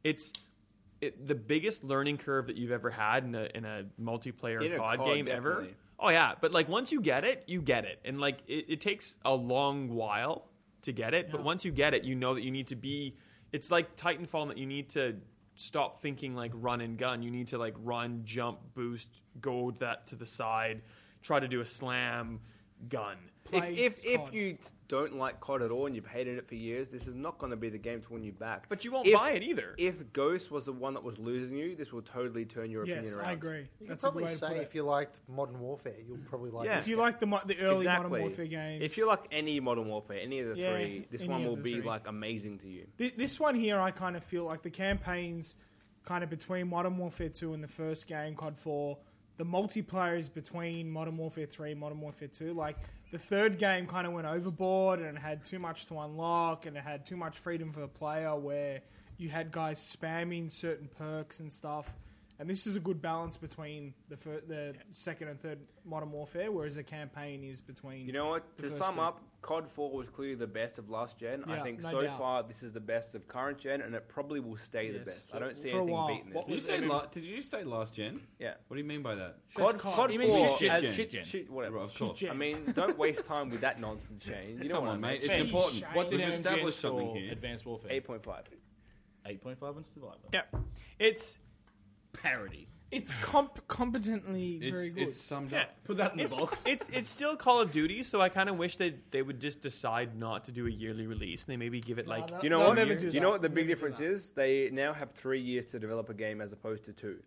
it's it, the biggest learning curve that you've ever had in a in a multiplayer In a COD, COD, game ever. definitely. Oh yeah, but like once you get it, you get it, and like it, it takes a long while to get it. But once you get it, you know that you need to be. It's like Titanfall in that you need to stop thinking like run and gun. You need to like run, jump, boost, go that to the side, try to do a slam, gun. If, if, if COD. you t- don't like COD at all and you've hated it for years, this is not going to be the game to win you back. But you won't If- buy it either. If Ghost was the one that was losing you, this will totally turn your Yes, opinion around. I agree. You could That's a good probably way to put say it. if you liked Modern Warfare, you'll probably like Yeah. this If you game. like the mo- the early Exactly. Modern Warfare games, If you like any Modern Warfare, any of the Yeah, three, this any one of will the be three. like amazing to you. Th- this one here, I kind of feel like the campaigns, kind of between Modern Warfare Two and the first game, COD Four. The multiplayer is between Modern Warfare Three and Modern Warfare Two. Like the third game, kind of went overboard and it had too much to unlock, and it had too much freedom for the player, where you had guys spamming certain perks and stuff. And this is a good balance between the fir- the second and third Modern Warfare, whereas the campaign is between. You know what? The To first sum thing. up, COD 4 was clearly the best of last gen. I Yeah, think no so doubt. far this is the best of current gen, and it probably will stay the Yes. best. I don't see For a anything while. beating this. What Did you was say it? la- Did you say last gen? Yeah. What do you mean by that? COD, COD. COD You 4 mean shit as gen. shit, shit- whatever. Right, of course. gen. I mean, don't waste time with that nonsense, Shane. You know Come what I on, mean? mate. It's Shane, important. Shane. What did We've Advanced establish or something here? Advanced Warfare. 8.5. 8.5 and Survivor. Yeah, it's Parody. it's comp- competently very It's, good. it's summed yeah. up. Put that in it's, It's it's still Call of Duty, so I kind of wish that they would just decide not to do a yearly release. And they maybe give it like that- You know They'll what? Uh, never you do you that. know what the They'll big never do difference that. is? They now have three years to develop a game as opposed to two.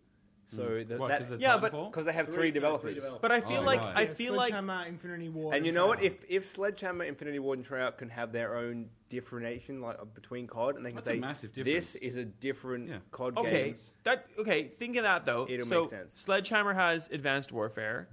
So the, What, 'cause that of Yeah, but- Titanfall? because they have three developers. But I feel Oh, like right. I Yeah, feel like Sledgehammer, Infinity War, And you know what? Treyarch. If if Sledgehammer, Infinity Ward, and Treyarch can have their own differentiation like uh, between COD, and they can That's a say massive difference. this is a different Yeah. COD okay, game. that okay. Think of that though. It'll so make sense. Sledgehammer has Advanced Warfare.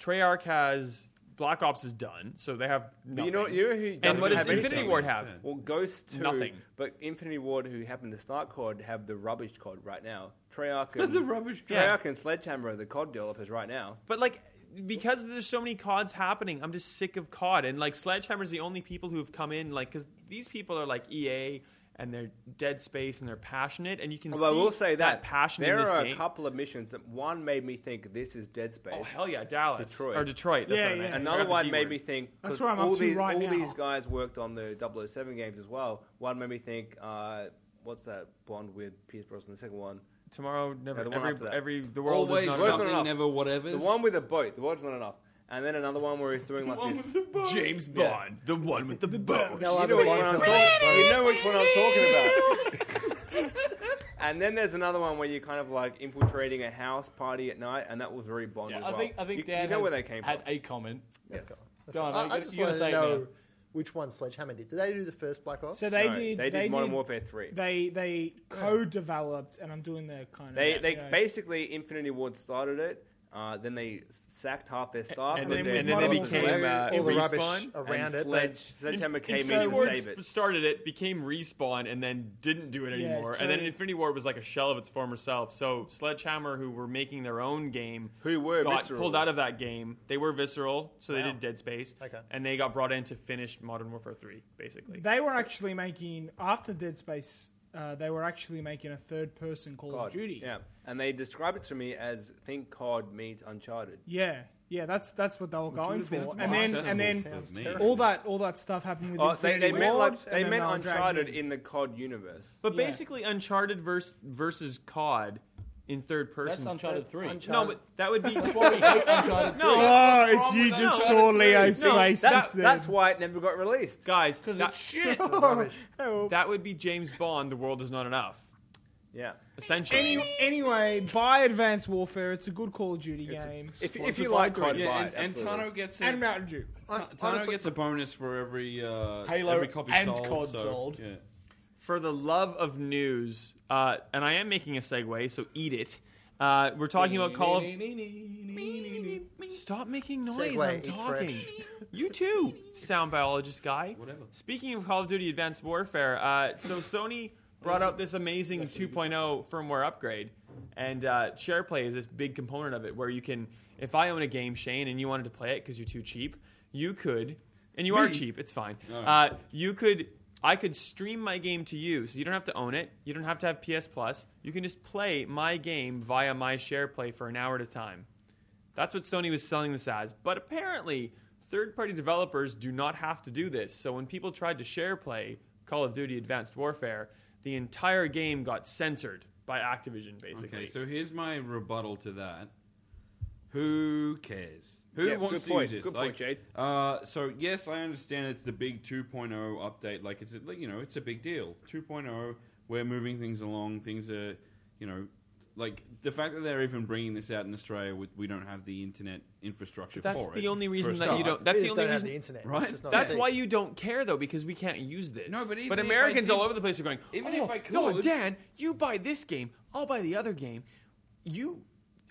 Treyarch has Black Ops is done, so they have nothing. you know- you know who and doesn't what does have Infinity anything? Ward have? Yeah. Well, Ghost two, Nothing. but Infinity Ward, who happened to start COD, have the rubbish COD right now. Treyarch and The Treyarch rubbish Yeah. and Sledgehammer are the COD developers right now. But like because there's so many CODs happening, I'm just sick of COD. And like Sledgehammer's the only people who have come in, like because these people are like EA and they're Dead Space and they're passionate, and you can. Although I see will say that, passion there in this are game. a couple of missions that one made me think this is Dead Space. Oh hell yeah, Dallas, Detroit. or Detroit. That's Yeah, what I meant. yeah. I Another forgot the one G made word. me think That's 'cause where I'm up all to these right all now. these guys worked on the 007 games as well. One made me think uh, what's that Bond with Pierce Brosnan? The second one, tomorrow. Never. Yeah, the one every, after that. every the world Always is Worth not something, something, enough. never whatever. the one with the boat. The boat's not enough. And then another one where he's doing like this. James Bond, the one with the boat. No, you I've know been which waiting one I'm for talking. that. You know which one I'm talking about. and then there's another one where you're kind of like infiltrating a house party at night, and that was very Bond as I well. think I think you, Dan you know has where they came had from. a comment. Let's go. Let's Go on, go. I, you I gotta- just you gotta wanted say to it know now. which one Sledgehammer did. Did they do the first Black Ops? So they No, did. They did Modern Warfare Three. They they co-developed, and I'm doing the kind of They you they know, basically Infinity Ward started it. Uh, then they s- sacked half their staff, and then and, we then, and then they modeled became uh, all the rubbish respawn. around and it. Sledge, They, Sledgehammer came in Infinity and Ward saved it. sp- started it, became respawn, and then didn't do it Yeah, anymore. so- and then Infinity War was like a shell of its former self. So Sledgehammer, who were making their own game, Who were got Visceral. pulled out of that game. They were visceral, so they Wow. did Dead Space, Okay. and they got brought in to finish Modern Warfare Three, basically. they were actually making after Dead Space. Uh, they were actually making a third-person Call COD. of Duty. Yeah, and they described it to me as think COD means Uncharted. yeah, yeah. That's that's what they were going would have for. been And then awesome. and then Sounds Me. terrible. all that all that stuff happened with Oh, they, Infinity they meant Ward, like and they then meant they were dragged Uncharted in. in the COD universe. but yeah. basically, Uncharted versus, versus COD in third person. That's Uncharted Three. Uncharted. no, but that would be Why we hate Uncharted Three? Uh, no. if you just just that? saw Leo's No, face face That- just that's why it never got released. Guys, that, rubbish. that would be James Bond. The world is not enough. Yeah. Essentially, Any, anyway, buy Advanced Warfare. It's a good Call of Duty game. If, if you like COD, Yeah, buy and, it, and absolutely. Tano gets a, and uh, Mountain Dew. Hon- Ta- Tano honestly, gets a bonus for every uh, Halo every copy and sold. COD so, sold. Yeah. for the love of news, uh, and I am making a segue, so eat it. Uh, we're talking about Call of. Stop making noise! Segue, I'm eat talking. fresh. You too, sound biologist guy. Whatever. Speaking of Call of Duty: Advanced Warfare, uh, so Sony brought out this amazing 2.0 firmware upgrade, and uh, SharePlay is this big component of it where you can, if I own a game, Shane, and you wanted to play it because you're too cheap, you could, and you are cheap, it's fine. Uh, you could, I could stream my game to you, so you don't have to own it, you don't have to have PS Plus, you can just play my game via my SharePlay for an hour at a time. That's what Sony was selling this as. But apparently, third party developers do not have to do this. So when people tried to share play Call of Duty Advanced Warfare, the entire game got censored by Activision, basically. Okay, so here's my rebuttal to that. Who cares? Who Yeah, wants good to point, use this? good like, point, Jade. Uh, so yes, I understand it's the big 2.0 update. Like it's a, like, you know it's a big deal. 2.0, we're moving things along. Things are you know like the fact that they're even bringing this out in Australia, we, we don't have the internet infrastructure. that's for the it, only for a reason that you start. don't. we That's the just only don't have reason. the internet. Right? It's just not That's a thing. why you don't care though, because we can't use this. No, but even but if I Americans all did- over the place are going. Even oh, if I no, could- Dan, you buy this game, I'll buy the other game. You,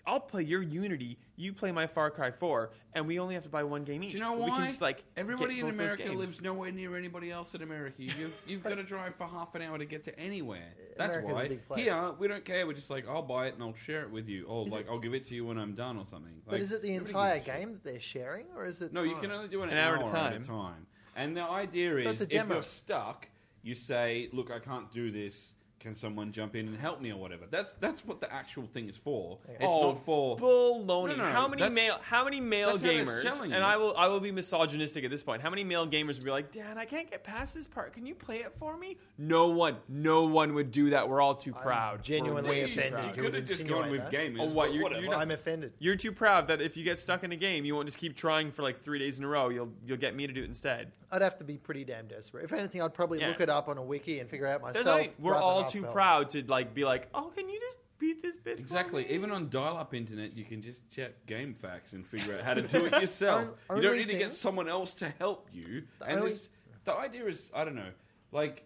I'll play your Unity, you play my Far Cry Four, and we only have to buy one game each. Do you know we why? can just like get Everybody in both those America games. lives nowhere near anybody else in America. You've, you've got to drive for half an hour to get to anywhere. That's America's a why. big place. Here, we don't care. We're just like, I'll buy it and I'll share it with you. Or, like, I'll give it to you when I'm done or something. But Like, is it the nobody entire gives a shit. game that they're sharing, or is it? No, you time? can only do an, An hour at a time. time. And the idea So is it's a if demo. you're stuck, you say, look, I can't do this. Can someone jump in and help me or whatever? That's that's what the actual thing is for. It's Oh, not for baloney. No, no, how many that's- male? How many male that's how they're gamers? selling And it. I will. I will be misogynistic at this point. How many male gamers would be like, Dan? I can't get past this part. Can you play it for me? No one. No one would do that. We're all too proud. We're genuinely way You too offended. proud. You could have would just insinuate gone with that. gamers. Oh, what, but you- whatever. you're not- I'm offended. You're too proud that if you get stuck in a game, you won't just keep trying for like three days in a row. You'll you'll get me to do it instead. I'd have to be pretty damn desperate. If anything, I'd probably Yeah. look it up on a wiki and figure it out That's myself. right. We're rather than all ask too Valve. proud to like be like, oh, can you just beat this bit? for Exactly. me?" Even on dial-up internet, you can just check game facts and figure out how to do it yourself. Our- you don't only need to thing- get someone else to help you. and only- this, the idea is, I don't know, like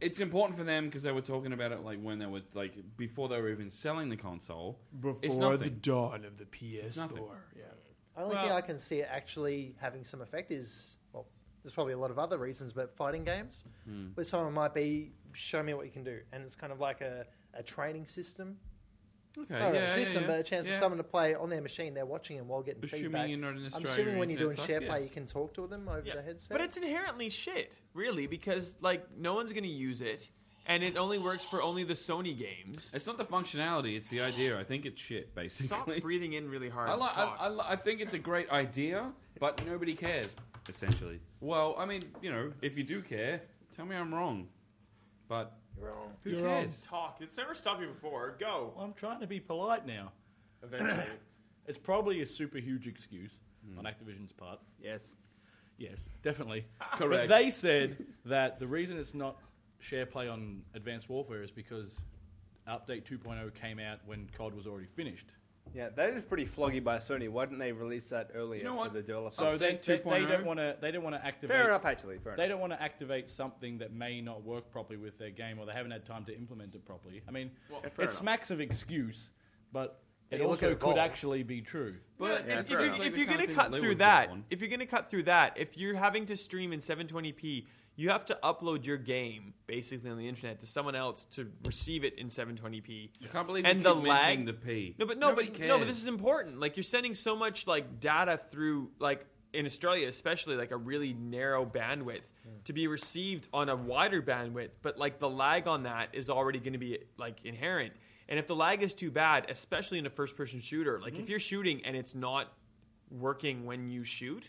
it's important for them because they were talking about it like when they were like before they were even selling the console. it's nothing. dawn of the PS4. It's nothing. The only thing Well- I can see it actually having some effect is well, there's probably a lot of other reasons, but fighting games Hmm. where someone might be show me what you can do, and it's kind of like a, a training system Okay, not Uh, yeah, a system, yeah, yeah. but a chance for Yeah. someone to play on their machine. They're watching it while getting Assuming feedback. you're not in I'm Australia assuming or when you're doing internet share sucks, play, yeah. you can talk to them over Yeah. the headset. But it's inherently shit, really, because like no one's gonna use it, and it only works for only the Sony games. It's not the functionality; it's the idea. I think it's shit, Stop basically. breathing in really hard. I, and li- I, talk. I, li- I think it's a great idea, but nobody cares, essentially. Well, I mean, you know, if you do care, tell me I'm wrong. But Wrong. who You're wrong. cares? Talk. It's never stopped you before. Go. Well, I'm trying to be polite now. Eventually. It's probably a super huge excuse Hmm. on Activision's part. Yes. Yes, definitely. Correct. But they said that the reason it's not share play on Advanced Warfare is because update 2.0 came out when COD was already finished. Yeah, that is pretty floggy by Sony. Why didn't they release that earlier know for what? the developer? So they, Update Oh, they, they 2.0? don't want to they don't want to activate fair enough, actually. Fair they enough. don't want to activate something that may not work properly with their game or they haven't had time to implement it properly. I mean, Yeah, it fair enough. smacks of excuse, but Yeah, it you look at also Evolve. could actually be true. But Yeah, yeah, if, fair you're, if enough. Like you're the kind gonna of thing cut they through would that, work on. if you're gonna cut through that, if you're having to stream in 720p, you have to upload your game basically on the internet to someone else to receive it in 720p. I can't believe and you the keep lag. mentioning the P. No, but no, Nobody but cares. no, but this is important. Like you're sending so much like data through like in Australia, especially like a really narrow bandwidth to be received on a wider bandwidth, but like the lag on that is already going to be like inherent. And if the lag is too bad, especially in a first person shooter, like Mm-hmm. if you're shooting and it's not working when you shoot,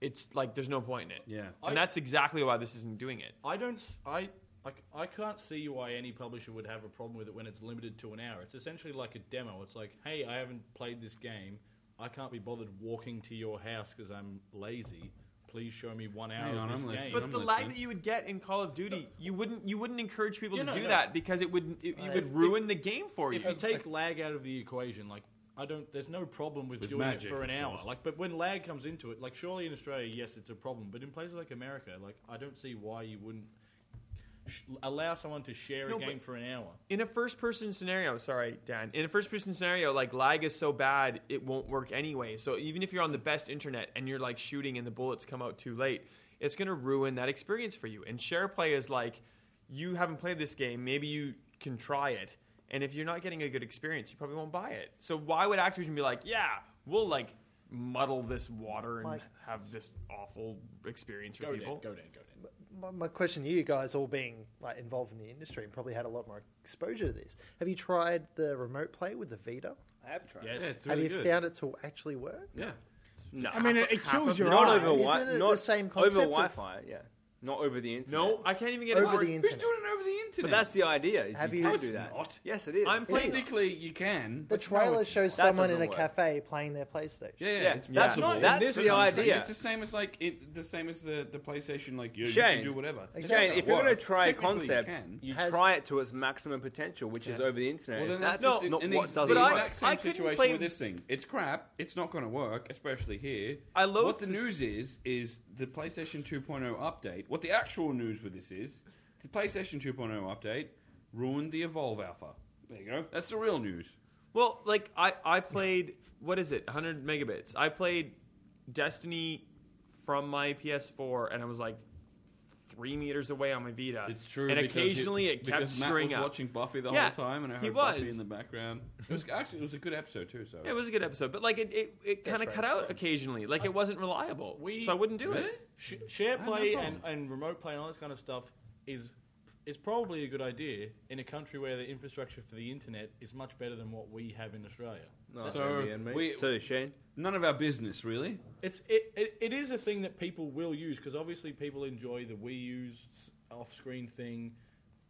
it's like there's no point in it. Yeah. And I- that's exactly why this isn't doing it. I don't. s- I, I c- I can't see why any publisher would have a problem with it when it's limited to an hour. It's essentially like a demo. It's like, hey, I haven't played this game. I can't be bothered walking to your house because I'm lazy. Please show me one hour Hang on, of this I'm listening. game. But I'm the lag listening. that you would get in Call of Duty, you wouldn't you wouldn't encourage people Yeah, to no, do no. that because it would it, you Uh, would if- ruin the game for you. if you take lag out of the equation, like I don't, there's no problem with, With doing magic, it for an of hour. course. Like, but when lag comes into it, like surely in Australia, yes, it's a problem. But in places like America, like I don't see why you wouldn't sh- allow someone to share No, a but- game for an hour. in a first person scenario, sorry Dan, in a first person scenario, like lag is so bad it won't work anyway. So even if you're on the best internet and you're like shooting and the bullets come out too late, it's gonna ruin that experience for you. And share play is like you haven't played this game, maybe you can try it, and if you're not getting a good experience, you probably won't buy it. So why would Activision be like, yeah, we'll like muddle this water and Like- have this awful experience for Go down, people? go down, go down. my, my question to you guys, all being like involved in the industry and probably had a lot more exposure to this, have you tried the remote play with the Vita? I have tried. yeah, it's have really you good. found it to actually work? yeah. No, I mean, it, it kills your not eyes. over Isn't wi- it not the same concept over of- Wi-Fi. Yeah, not over the internet. No, I can't even get Over it. the Who's internet. doing it over the internet? but that's the idea. Is Have you, you- can No, do it's that. not. Yes, it is. I'm playing- Technically, you can. The but no, trailer it's shows That someone in doesn't a work. cafe playing their PlayStation. Yeah, yeah, Yeah, it's that's possible. not- that's It's the same- idea. It's the same as like it, the same as the, the PlayStation. Like you, you Shane. can do whatever. Exactly. Shane, if you're going Work. to try a Technically, you concept, can. you Has- try it to its maximum potential, which is over the internet. Well, then And that's, that's just not an what ex- doesn't the work. exact same I couldn't situation play- with this thing. It's crap. It's not going to work, especially here. I loathe what the this- news is is the PlayStation 2.0 update. What the actual news with this is the PlayStation 2.0 update ruined the Evolve Alpha. There you go. That's the real news. Well, like I, I played what is it, 100 megabits. I played Destiny from my PS4, and I was like three meters away on my Vita. And occasionally it kept because Matt screwing was up. watching Buffy the Yeah, whole time, and I he heard Buffy was. in the background. It was actually it was a good episode too. So It was a good episode, but like it, it, it kind of right. cut out occasionally. Like it wasn't reliable, we- so I wouldn't do Really? it. Sh- share I have no play and, problem. and remote play and all this kind of stuff is is probably a good idea in a country where the infrastructure for the internet is much better than what we have in Australia. No, So, maybe, and me. we- so Shane, none of our business really. It's it, it, it is a thing that people will use because obviously people enjoy the Wii U's off screen thing.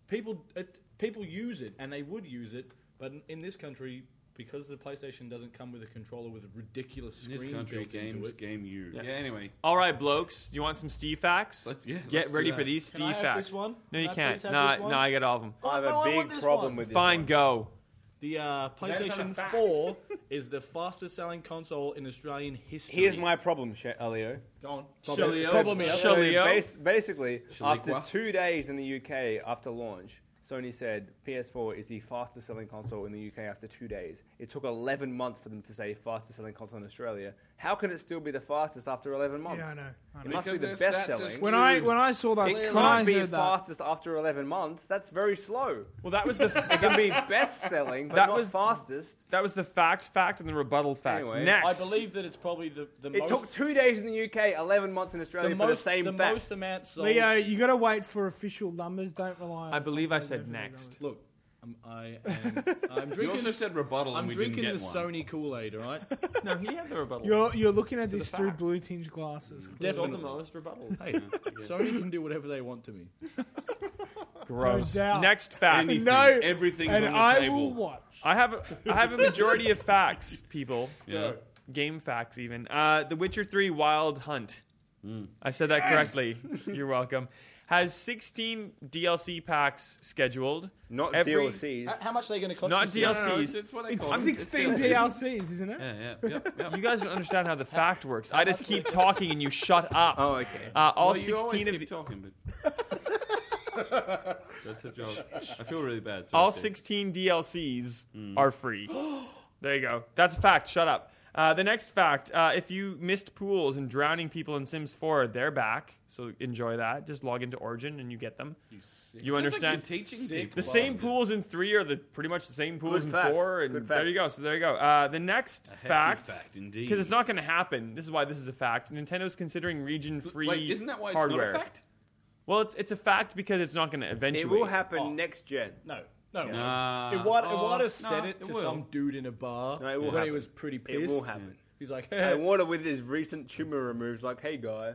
People it, people use it and they would use it, but in, in this country. Because the PlayStation doesn't come with a controller with a ridiculous In screen this country, built into games it, game you. Yeah. yeah anyway, All right, blokes, do you want some Steve facts? Let's- yeah, Get let's do ready that. for these Steve Can I have facts. this one? No, you Can I can't. please have No, this one? no, I got all of them. I have no, a I big want this problem one. with this. Fine, one. go. The uh, PlayStation 4 is the fastest selling console in Australian history. Here's my problem, Sh- Elio. Go on. So- Problem- so- problem is- so Shalio. bas- basically, after Shaliqua. two days in the UK after launch, Sony said PS4 is the fastest selling console in the UK after two days. It took 11 months for them to say fastest selling console in Australia. How can it still be the fastest after 11 months? Yeah, I know. I It know. must be Because the their best stats are selling. When I when I saw that, It when I can't be heard that, fastest after 11 months. That's very slow. Well, that was the It can be best selling, but That not was- fastest. that was the fact, fact, and the rebuttal fact. Anyway, I Next, believe that it's probably the, the It most. took two days in the UK, 11 months in Australia the for most, the same the fact. most amount sold. Leo, you got to wait for official numbers. Don't rely. on I believe I on said those next. Look, I'm, I am, I'm drinking. You also said rebuttal, and I'm we drinking didn't the get one. Sony Kool Aid. All right. no, he had the rebuttal. You're you're looking at this the through fact. blue tinge glasses. Mm. He saw Definitely. the most rebuttals. Hey, Sony can do whatever they want to me. Gross. No doubt. Next fact. Anything, No, everything's And on the I table. will watch. I have a, I have a majority of facts, people. Yeah. Game facts, even. Uh, the Witcher Three: Wild Hunt. I said that correctly. You're welcome. Has 16 DLC packs scheduled. not Every- DLCs. How- How much are they going to cost? Not us? No, no, no, DLCs. it's, it's what they call It's them. 16 It's DLCs, isn't it? Yeah, yeah, yep, yep. You guys don't understand how the fact works. I just keep talking and you shut up. oh, okay. Uh, all Well, you always 16 of keep the, talking, but that's a joke. I feel really bad. all Seriously. 16 DLCs Mm. are free. there you go. That's a fact. Shut up. Uh, the next fact: uh, if you missed pools and drowning people in Sims 4, they're back. So enjoy that. Just log into Origin and you get them. You, Sounds like you're understand? teaching Sick people. the same pools in three are the pretty much the same pools Good in fact. four, and Good there fact. you go. So there you go. Uh, the next hefty fact, fact indeed. because it's not going to happen. This is why this is a fact. Nintendo's considering region-free Wait, isn't that why it's hardware. not a fact? Well, it's it's a fact because it's not going to eventuate. it will happen Oh. next gen. No, no. Nah. Iwata, Oh, Iwata said nah, it to will. some dude in a bar No, it will when he happen. was pretty It pissed. will happen. He's like, And Water with his recent tumor removed, like, hey guy,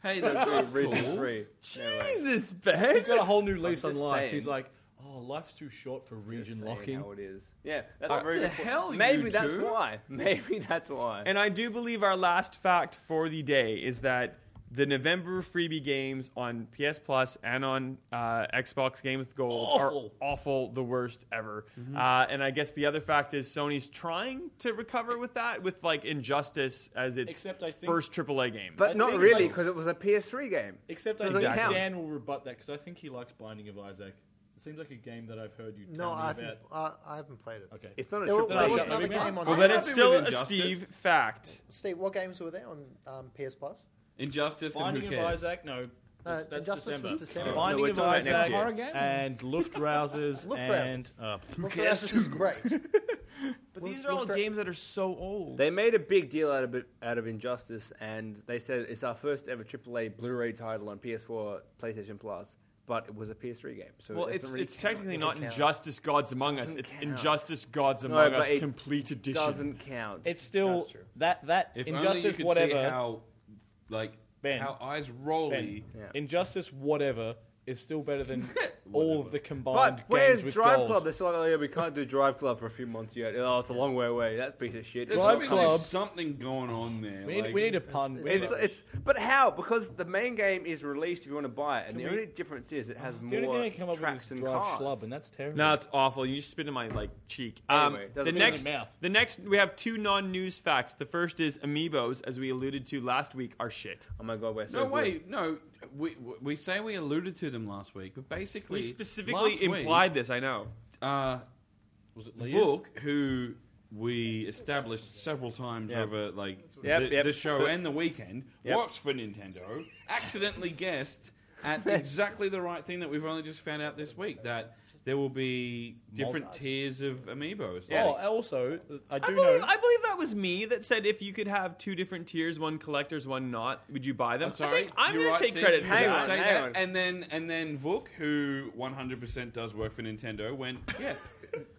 Hey, that's not reason cool. free. Anyway. Jesus, he's Ben. got a whole new lease just on life. saying. He's like, oh, life's too short for region Just saying locking. How it is. Yeah, that's a What very the good point. hell, you Maybe that's two? why. Maybe that's why. And I do believe our last fact for the day is that the November freebie games on PS Plus and on uh, Xbox Game with Gold Awful. are awful, the worst ever. Uh, and I guess the other fact is Sony's trying to recover with that, with like Injustice as its Except I think- first AAA game. but I not think, really, like- because it was a PS3 game. Except I Doesn't think count. Dan will rebut that because I think he likes Binding of Isaac. It seems like a game that I've heard you No, tell me I haven't, about. I, I haven't played it. Okay. It's not a There, triple there A Triple was A game. another shot. game on. well, then I'm it's happy still with a Injustice. Steve fact. Steve, what games were there on um, PS Plus? Injustice and who Binding of cares? Isaac, no. Uh, That's, that's Injustice December. was December. Binding No, we're of talking about next Isaac year. Horror game? and Luftrausers, Luftrausers. and uh, Look, this is great. But these are all games that are so old. They made a big deal out of it, out of Injustice, and they said it's our first ever AAA Blu-ray title on PS4, PlayStation Plus, but it was a PS3 game. So Well, it it's doesn't really it's count. technically Doesn't not count. Injustice Gods Among Us. Doesn't It's count. Injustice Gods No, Among but Us it Complete Edition. Doesn't count. it's still That's true. that that If only you injustice could see whatever how, like, Ben. how eyes rolly. Ben, Yeah. injustice whatever is still better than all of the but combined games where's with Drive gold. Club? They're still like, oh yeah, we can't do Drive Club for a few months yet. Oh, it's a long way away. That's a piece of shit. There's Drive obviously Club. something going on there. we, need, like, we need a pun. It's- It's, it's but how because the main game is released if you want to buy it, and the we- only difference is it has the only more thing I come up with tracks is and drive cars. schlub, and that's terrible. No, it's awful. You just spit in my like cheek. Um, Anyway, doesn't the matter. next, In your mouth. the next, we have two non-news facts. The first is amiibos, as we alluded to last week, are shit. oh my god, we're so No, good. wait, no. We, we say we alluded to them last week, but basically, We specifically last week, implied this. I know. uh, was it Book, who we established several times Yep. over like Yep, the, yep. the show The- and the weekend, Yep. works for Nintendo, accidentally guessed at exactly the right thing that we've only just found out this week that there will be different tiers of amiibos. Oh, Like, also, I do I believe, know. I believe that was me that said if you could have two different tiers, one collectors, one not, would you buy them? I'm sorry, I think I'm you're going right, to take Steve. credit for You Hang that. on, say hang that, on. and then and then Vuk, who 100% does work for Nintendo, went yeah.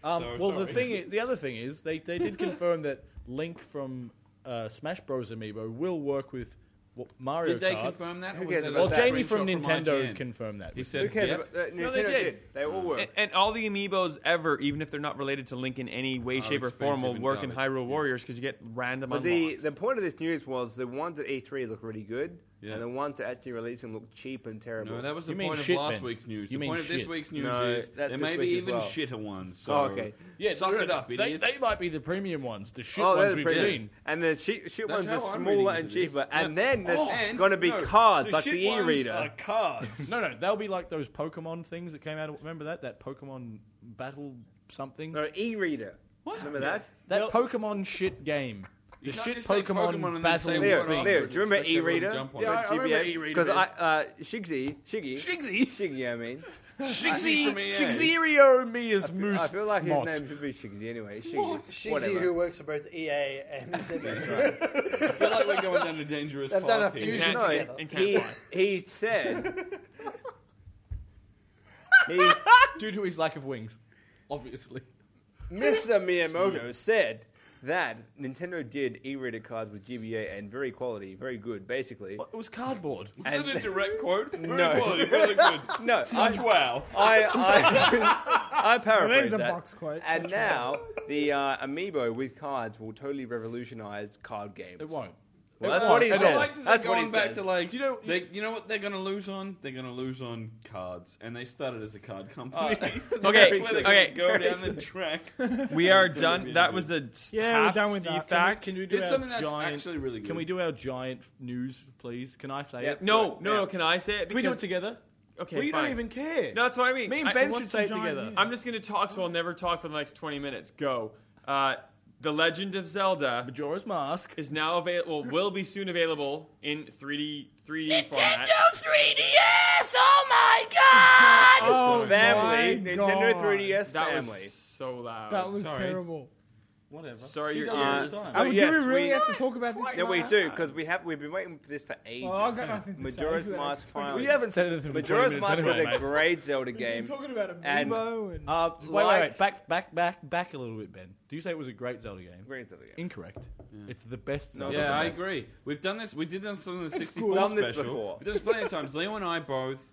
Um, So well, the sorry. thing, is, the other thing is, they they did confirm that Link from uh, Smash Bros. Amiibo will work with what, Mario Did they Kart. confirm that? Who or was cares that about Well, a that? Jamie screenshot from Nintendo IGN? confirmed that. He with said, Who cares? "Yep." About, uh, No, they Nintendo did. They all work. And, and all the amiibos ever, even if they're not related to Link in any way, Oh, Are shape, or form, expensive will and work in garbage. Hyrule Warriors because you get random But the, unlocks. the point of this news was the ones at E3 look really good, Yeah. and the ones that actually releasing look cheap and terrible. Oh, No, that was the You mean point of shit, last Ben. week's news. You the mean point of this shit. week's news No, is that's there this may be week as even well. shitter ones. So Oh, okay. Yeah, suck look it at- up, they, idiots. they might be the premium ones, the shit Oh, ones they're we've pretty seen. And the cheap, cheap That's ones are how I'm reading smaller and into this. cheaper. Yeah. And then there's And- going to be no, cards, like shit the ones e-reader. are cards. No, no, they'll be like those Pokemon things that came out. of- Remember that that Pokemon battle something? Uh, No, e-reader. Remember that? That Pokemon shit game. You can't shit just say Pokemon Pokemon and then battle say thing. There, one after there. it Do you remember and expect everyone to E-reader? jump on Yeah, it. I remember E-reader. Because I, uh, Shigzy, Shiggy, Shigsy. Shiggy, I mean, Shigzy, Shigzerio me is I moose. feel like his Mott. name should be Shigzy anyway. Shiggy, Shigzy, whatever. who works for both EA and Nintendo. I feel like we're going down a dangerous They've path done a here. fusion Can't- No, together. and can't he fly. he said. He's, Due to his lack of wings, obviously. Mr. Miyamoto said that Nintendo did e-reader cards with GBA and very quality, very good, basically. It was cardboard. Is that a direct quote? Very No. quality, really good. No, I, Such wow. I, I, I paraphrase there's a that. box quote. And Such now the uh, amiibo with cards will totally revolutionize card games. It won't. Well, that's what he And I says. like that they're that's what going he back says. to like, Do you know- they, you know what they're going to lose on? They're going to lose on cards, and they started as a card company. okay, That's where they're okay. gonna go down the track. We are Sorry, done. we That did. was the s- Yeah, we're half done with C that. Can fact. Can we do It's our something that's giant, actually really good. Can we do our giant news, please? Can I say Yeah. it? no, no, Yeah. no. Can I say it? Can we do Because- it together? Okay, well, you fine. don't even care. No, that's what I mean. Me and I- Ben what's should the say it giant together. news? I'm just gonna talk, so I'll never talk for the next 20 minutes. Go. Uh, the Legend of Zelda Majora's Mask. is now available. Will be soon available in 3D 3D format. 3DS! Oh my god! Oh, family, my Nintendo God. 3DS That family. was so loud. That was Sorry. terrible. Whatever. Sorry, He your does it all ears. the time. so oh, yes, do we really we- have to talk about this? Yeah, now? we do because we have we've been waiting for this for ages. Well, I've got nothing to Majora's say. Mask finally. Uh, We haven't said anything. for 20 Majora's minutes Mask anyway, was a mate. great Zelda We're game. talking about and- Amiibo and, Uh, wait, Like- wait, wait. Back, back, back, back a little bit, Ben. Do you say it was a great Zelda game? Great Zelda game. Incorrect. It's the best No, Zelda. Yeah, I game. agree. We've done this. We did this on the cool. 64 Done this special. before. We've done this plenty of times. Leo and I both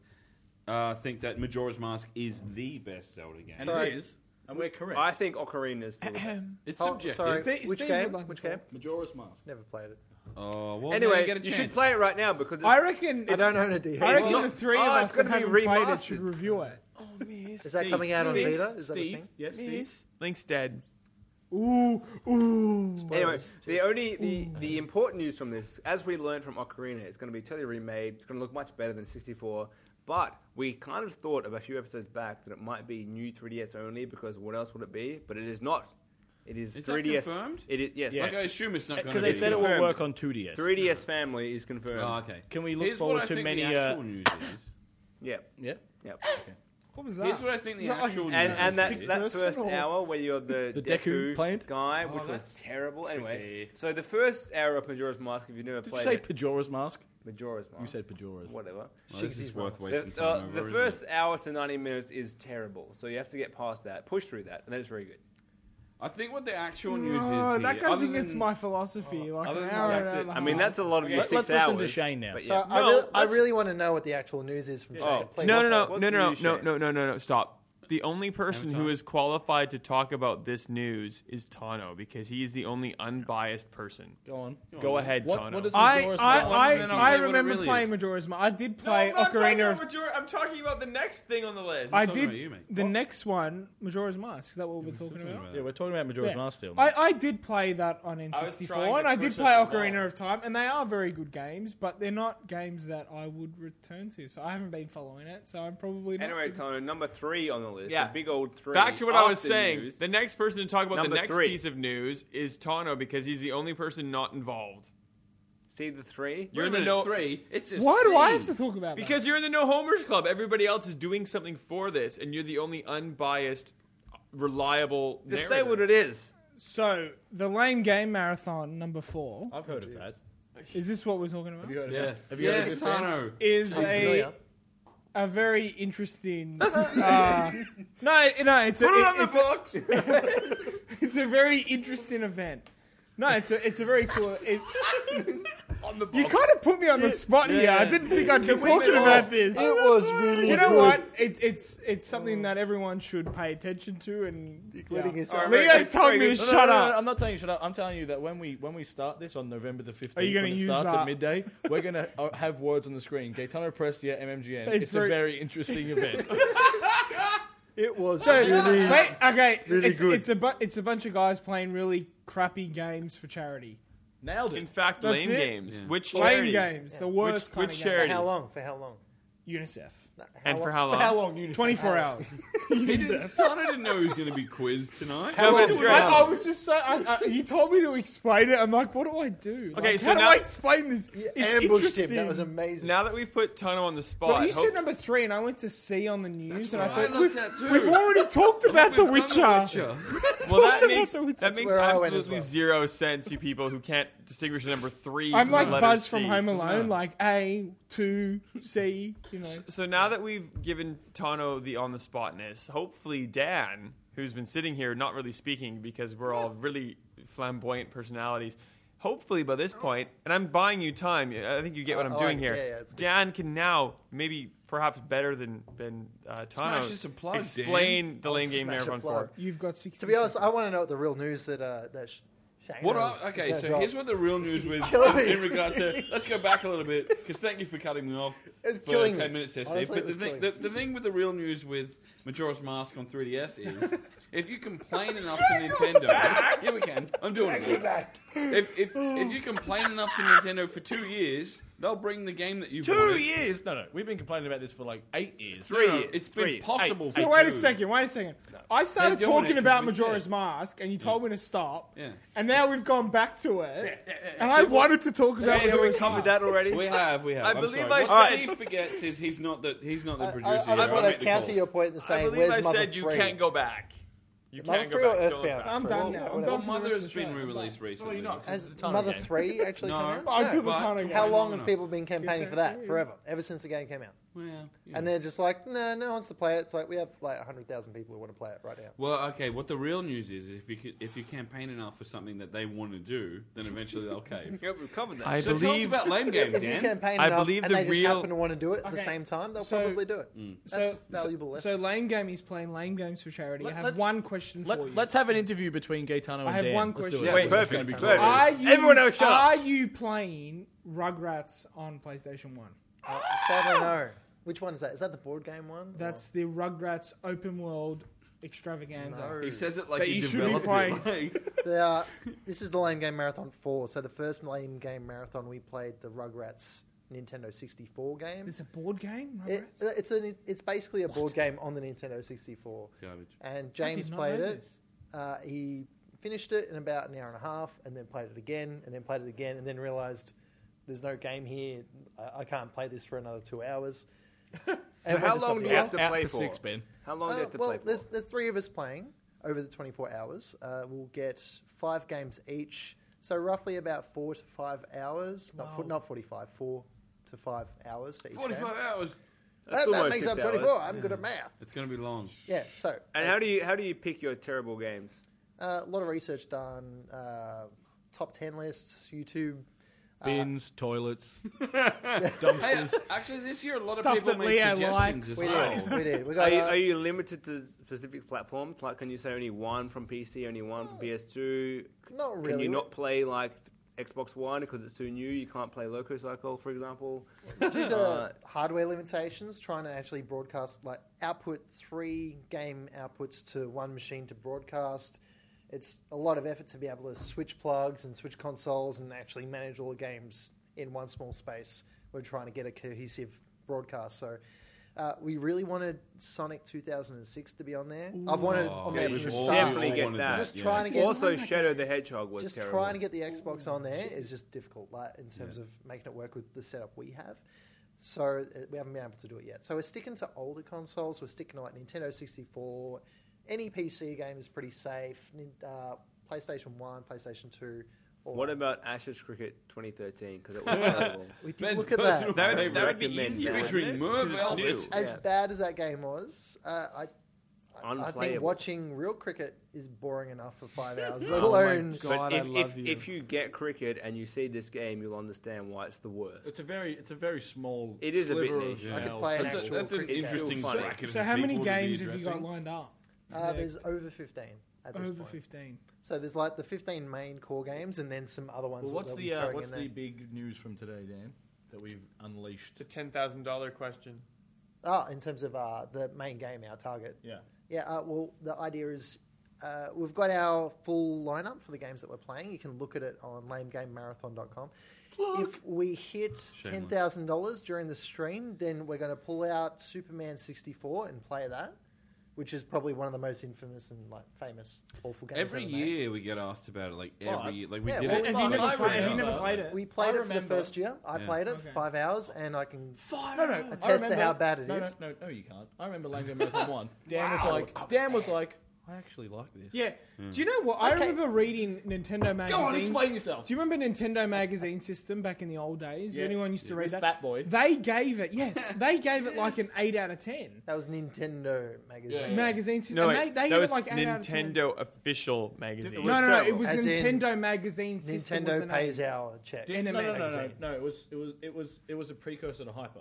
uh, think that Majora's Mask is the best Zelda game. And Sorry. it is, and we're correct. I think Ocarina is still the best. it's Oh, subjective. sorry, Steve- which Steve game? would like to which talk. game? Majora's Mask. Never played it. Oh well, now Anyway, you, get a you should chance. play it right now because I reckon. I don't own a DS. I reckon Well, the three oh, of it's us that gonna be haven't played it remastered. should review it. Is that coming out on Steve, Vita? Is that a Steve, thing? yes, Steve. Yes. Link's dead. Ooh, ooh. Anyway, the only the, the important news from this, as we learned from Ocarina, it's going to be totally remade. It's going to look much better than 64. But we kind of thought a few episodes back that it might be new 3DS only because what else would it be? But it is not. It is, Is that 3DS. confirmed? It is, yes. Like I assume it's not going Because they said it will Confirmed. work on 2DS. 3DS family is confirmed. Oh, okay. Can we look Here's forward what I to think many, The uh, actual news is. Yep. Yeah. Yep. What was that? Here's what I think the Not like- actual And news and is. that, that person first or- hour where you're the, The Deku plant? guy, Oh, which was that's terrible. Anyway, tricky. so the first hour of Majora's Mask, if you've never Did you played say it, Majora's Mask? Majora's Mask. You said Majora's. whatever. Well, this is Shigsy's worth Mask. wasting The, time uh, over, the isn't first it? hour to 90 minutes is terrible, so you have to get past that, push through that, and then it's very good. I think what the actual news Oh, is. that here, goes other against than- my philosophy. like other an than the hour fact and that- a I I half. mean, that's a lot of your Let- 6 let's hours. listen to Shane now. But So yeah. I, No, really, I let's- really want to know what the actual news is from Oh. Shane. Please, No, no, no, let's go. What's no, the no, news, no, Shane? no, no, no, no. Stop. The only person who sorry. is qualified to talk about this news is Tano because he is the only unbiased person. Go on. Go ahead, What, Tano. what does I, Majora's I, Mask? I, then I'll I tell you what it remember really playing is. Majora's Mask. I did play Ocarina of I'm talking about the next thing on the list. I talking did about you, mate. the next one, Majora's Mask. Is that what we're We're talking talking about? about Yeah, that. we're talking about Majora's Yeah. Mask still. I, I did play that on was N64, trying to and I did push play it along. Ocarina of Time, and they are very good games, but they're not games that I would return to. So I haven't been following it, so I'm probably not. Anyway, Tony, number three on the list. Yeah. The big old three. Back to what I was after saying. news. The next person to talk about Number the next three. piece of news is Tano because he's the only person not involved. See the three? You're in the Minute no three. It's a Why do I have C. to talk about that? because you're in the no homers club. Everybody else is doing something for this, and you're the only unbiased, reliable. Just narrator. say what it is. So, the Lame Game Marathon number four. I've heard of that. Is this what we're talking about? heard of Yes. Have you heard Yes, of it, Ben? Tano. Is a, Familiar? a very interesting. uh, no, no, it's a, it- it's, a, box. it's a very interesting event. No, it's a, it's a very cool. It, You kind of put me on the spot here. I didn't think I'd be talking about this. It was really. Do you know good, what? It, it's it's something that everyone should pay attention to. And Including yeah. yourself. Leo's told me to No, no, shut no, no, up. no, I'm not telling you shut up. I'm telling you that when we when we start this on November the 15th, Are you gonna when it use starts that? at midday, we're going to uh, have words on the screen. Gaetano Prestia, MMGN. It's It's, very- a very interesting event. It was So really. wait, okay, really it's, good. it's a bu- it's a bunch of guys playing really crappy games for charity. Nailed In it. fact, That's lame it. games. Which Lame charity? games, the worst Which- kind which of charity? For how long? For how long? game. UNICEF. And for how For how long? long? You just- 24 hours. He didn't, Stana didn't know he was going to be quizzed tonight. How long that's do we great. I, have? I was just so. I, I, he told me to explain it. I'm like, what do I do? Like, Okay, so how do now- I explain this? You it's ambushed interesting. him. That was amazing. Now that we've put Tono on the but spot, you hope- said number three, and I went to see on the news, and I I thought looked we've, at too. we've already talked about We've the done Witcher. well, that Talked makes, about the Witcher. that makes where I went as absolutely well. zero sense, you people who can't distinguish the number three. I'm from the like letter Buzz from C. Home Alone, like A, two, C. You know, So now that we've given Tano the on the spotness, hopefully Dan, who's been sitting here not really speaking because we're all really flamboyant personalities, hopefully by this point, and I'm buying you time. I think you get what Uh, I'm oh, doing I- here. yeah, yeah, it's good. Dan can now maybe perhaps better than than uh, Tano Smash this and plug, Dan. explain the lane game smash a marathon plug. for. you've got sixty. to be honest, I want to know what the real news that uh, that. Sh- Shannon What is are, okay, gonna so drop. here's what the real news with killing in, me. in regard to. Let's go back a little bit because thank you for cutting me off It's for killing ten me. minutes yesterday. Honestly, it but the was thing, the, killing the thing with the real news with Majora's Mask on 3DS is if you complain enough to Nintendo, yeah, we can. I'm doing it. If if if you complain enough to Nintendo for two years, they'll bring the game that you Two wanted. years? No, no. We've been complaining about this for like eight years. No, no, Three years. It's Three been years. possible. So for wait a two. second, wait a second. I started They're doing it talking 'cause about we Majora's said. Mask, and you told me to stop. Yeah. And now we've gone back to it, and See, I what- wanted to talk about yeah, we Majora's covered Mask. that already. We have, we have. I I'm believe I sorry. what said- Steve forgets is he's not the he's not the I, producer. I, I just want here. I to make the counter calls. your point in I saying, believe "Where's I Mother said you 3?" can't go back. You Mother can't 3 go or back. Don't look Earthbound? back. I'm done Yeah, now. I'm whatever. done Well, for the Mother rest of has the been show. re-released recently. Has Tana Mother game. Three actually No. come out? Oh, to the But- Tano game. How Why long not? have people been campaigning Yes, for that? sir. Forever, ever since the game came out. Well, yeah. And they're just like, no, no one wants to play it. It's like we have like hundred thousand people who want to play it right now. Well, okay. What the real news is, if you could, if you campaign enough for something that they want to do, then eventually they'll cave. Yep, we've covered that. I so tell us believe about lame game, If you Dan. campaign I enough believe and the they just real- Mm. happen to want to do it at Okay. the same time, they'll So- probably do it. That's So, valuable so lesson. lame game. He's playing lame games for charity. I have let's- one question for Let's, you. let's have an interview between Gaetano and I have Dan. one Let's do question. it. Wait, This is perfect, gonna be perfect. are you, Everyone else shut up. Are you playing Rugrats on PlayStation One? Uh, so I don't know. Which one is that? Is that the board game one? or- That's the Rugrats open world extravaganza. No. He says it like That he you should be developed crying. it. Like, They are- this is the Lame Game Marathon 4. So the first Lame Game Marathon we played the Rugrats Nintendo 64 game. It's a board game. Rugrats? It, uh, it's an it's basically a board game on the Nintendo 64. Garbage. And I did James not played know it. this. Uh, he finished it in about an hour and a half, and then played it again, and then played it again, and then realized there's no game here. I, I can't play this for another two hours. And how went to long something do you else. have to Out play for for? six, Ben. How long do you Uh, have to well, play there's, for? there's three of us playing over the 24 hours. Uh, we'll get five games each, so roughly about four to five hours. Not, fo- Wow. not 45, four to five hours for each game. Forty-five hours. That, that almost makes six up hours. 24. I'm good at math. It's going to be long. Yeah, so And how do you how do you pick your terrible games? uh, a lot of research done, uh, top 10 lists, YouTube. Bins, toilets, dumpsters. Actually, this year a lot Stuff of people that made Leo suggestions likes. as We well. did. We did. We Are got. you, uh, are you limited to specific platforms? Like, can you say only one from PC, only one from PS2? not Can really. you not play like Xbox One because it's too new? You can't play Loco Cycle, for example. due to Uh, hardware limitations, trying to actually broadcast like output three game outputs to one machine to broadcast. It's a lot of effort to be able to switch plugs and switch consoles and actually manage all the games in one small space. We're trying to get a cohesive broadcast, so. Uh, we really wanted Sonic 2006 to be on there. I've wanted on yeah, there you from the should start. definitely get wanted that. that, Just yeah. trying to get also, Shadow the Hedgehog was just terrible. trying to get the Xbox on there is just difficult, like in terms of making it work with the setup we have. So uh, we haven't been able to do it yet. So we're sticking to older consoles. We're sticking to like Nintendo 64. Any PC game is pretty safe. Nin- Uh, PlayStation One, PlayStation Two. All what that. about Ashes Cricket 2013? Because it was terrible. we did Ben's look at personal That that. would, I that would be recommend easier. that. Featuring Merv Albert. As Yeah. bad as that game was, uh, I. I Unplayable. think watching real cricket is boring enough for five hours, let Oh my alone God, if, I love if, you. if you get cricket and you see this game, you'll understand why it's the worst. It's a very, it's a very small. It is a bit sliver niche. of I could hell. play an That's, a, actual that's an cricket game. interesting Funny. bracket. of So how many people to be games have you got addressing. lined up? Uh, Yeah, there's over 15 at this over point. fifteen. So there's like the 15 main core games and then some other ones. Well, that what's they'll the be uh, throwing what's in the there. big news from today, Dan? That we've unleashed. The ten thousand dollar question. Ah, in terms of uh, the main game, our target. Yeah. Yeah. Uh, well, the idea is uh, we've got our full lineup for the games that we're playing. You can look at it on lamegamemarathon.com. If we hit ten thousand dollars during the stream, then we're going to pull out Superman sixty four and play that, which is probably one of the most infamous and like famous awful games. Every ever made. year we get asked about it. Like every Well, year, like we yeah, did well, it. Have you, Well, never, I played- have you remember. never played it? we played I it for the remember. first year. I Yeah. played it Okay. for five hours, and I can. No, no. I Attest to remember- how bad it no, is. No, no, no, you can't. I remember Lango Marathon 1. Dan was like, Dan was like, I actually like this. Yeah. Do you know what? I Okay. remember reading Nintendo magazine. Go on, explain yourself. Do you remember Nintendo magazine system back in the old days? Anyone used to read that. Fat Boy. They gave it, yes, they gave it like an eight out of ten. That was Nintendo magazine. Magazine system. No, and wait, they, that they gave was it like eight out of ten. Nintendo official magazine. No, no, no. It was As in, Nintendo magazine system. was the Nintendo name. pays our check. No, no, no, NMS. no, no. It was, it was, it was, it was a precursor to Hyper.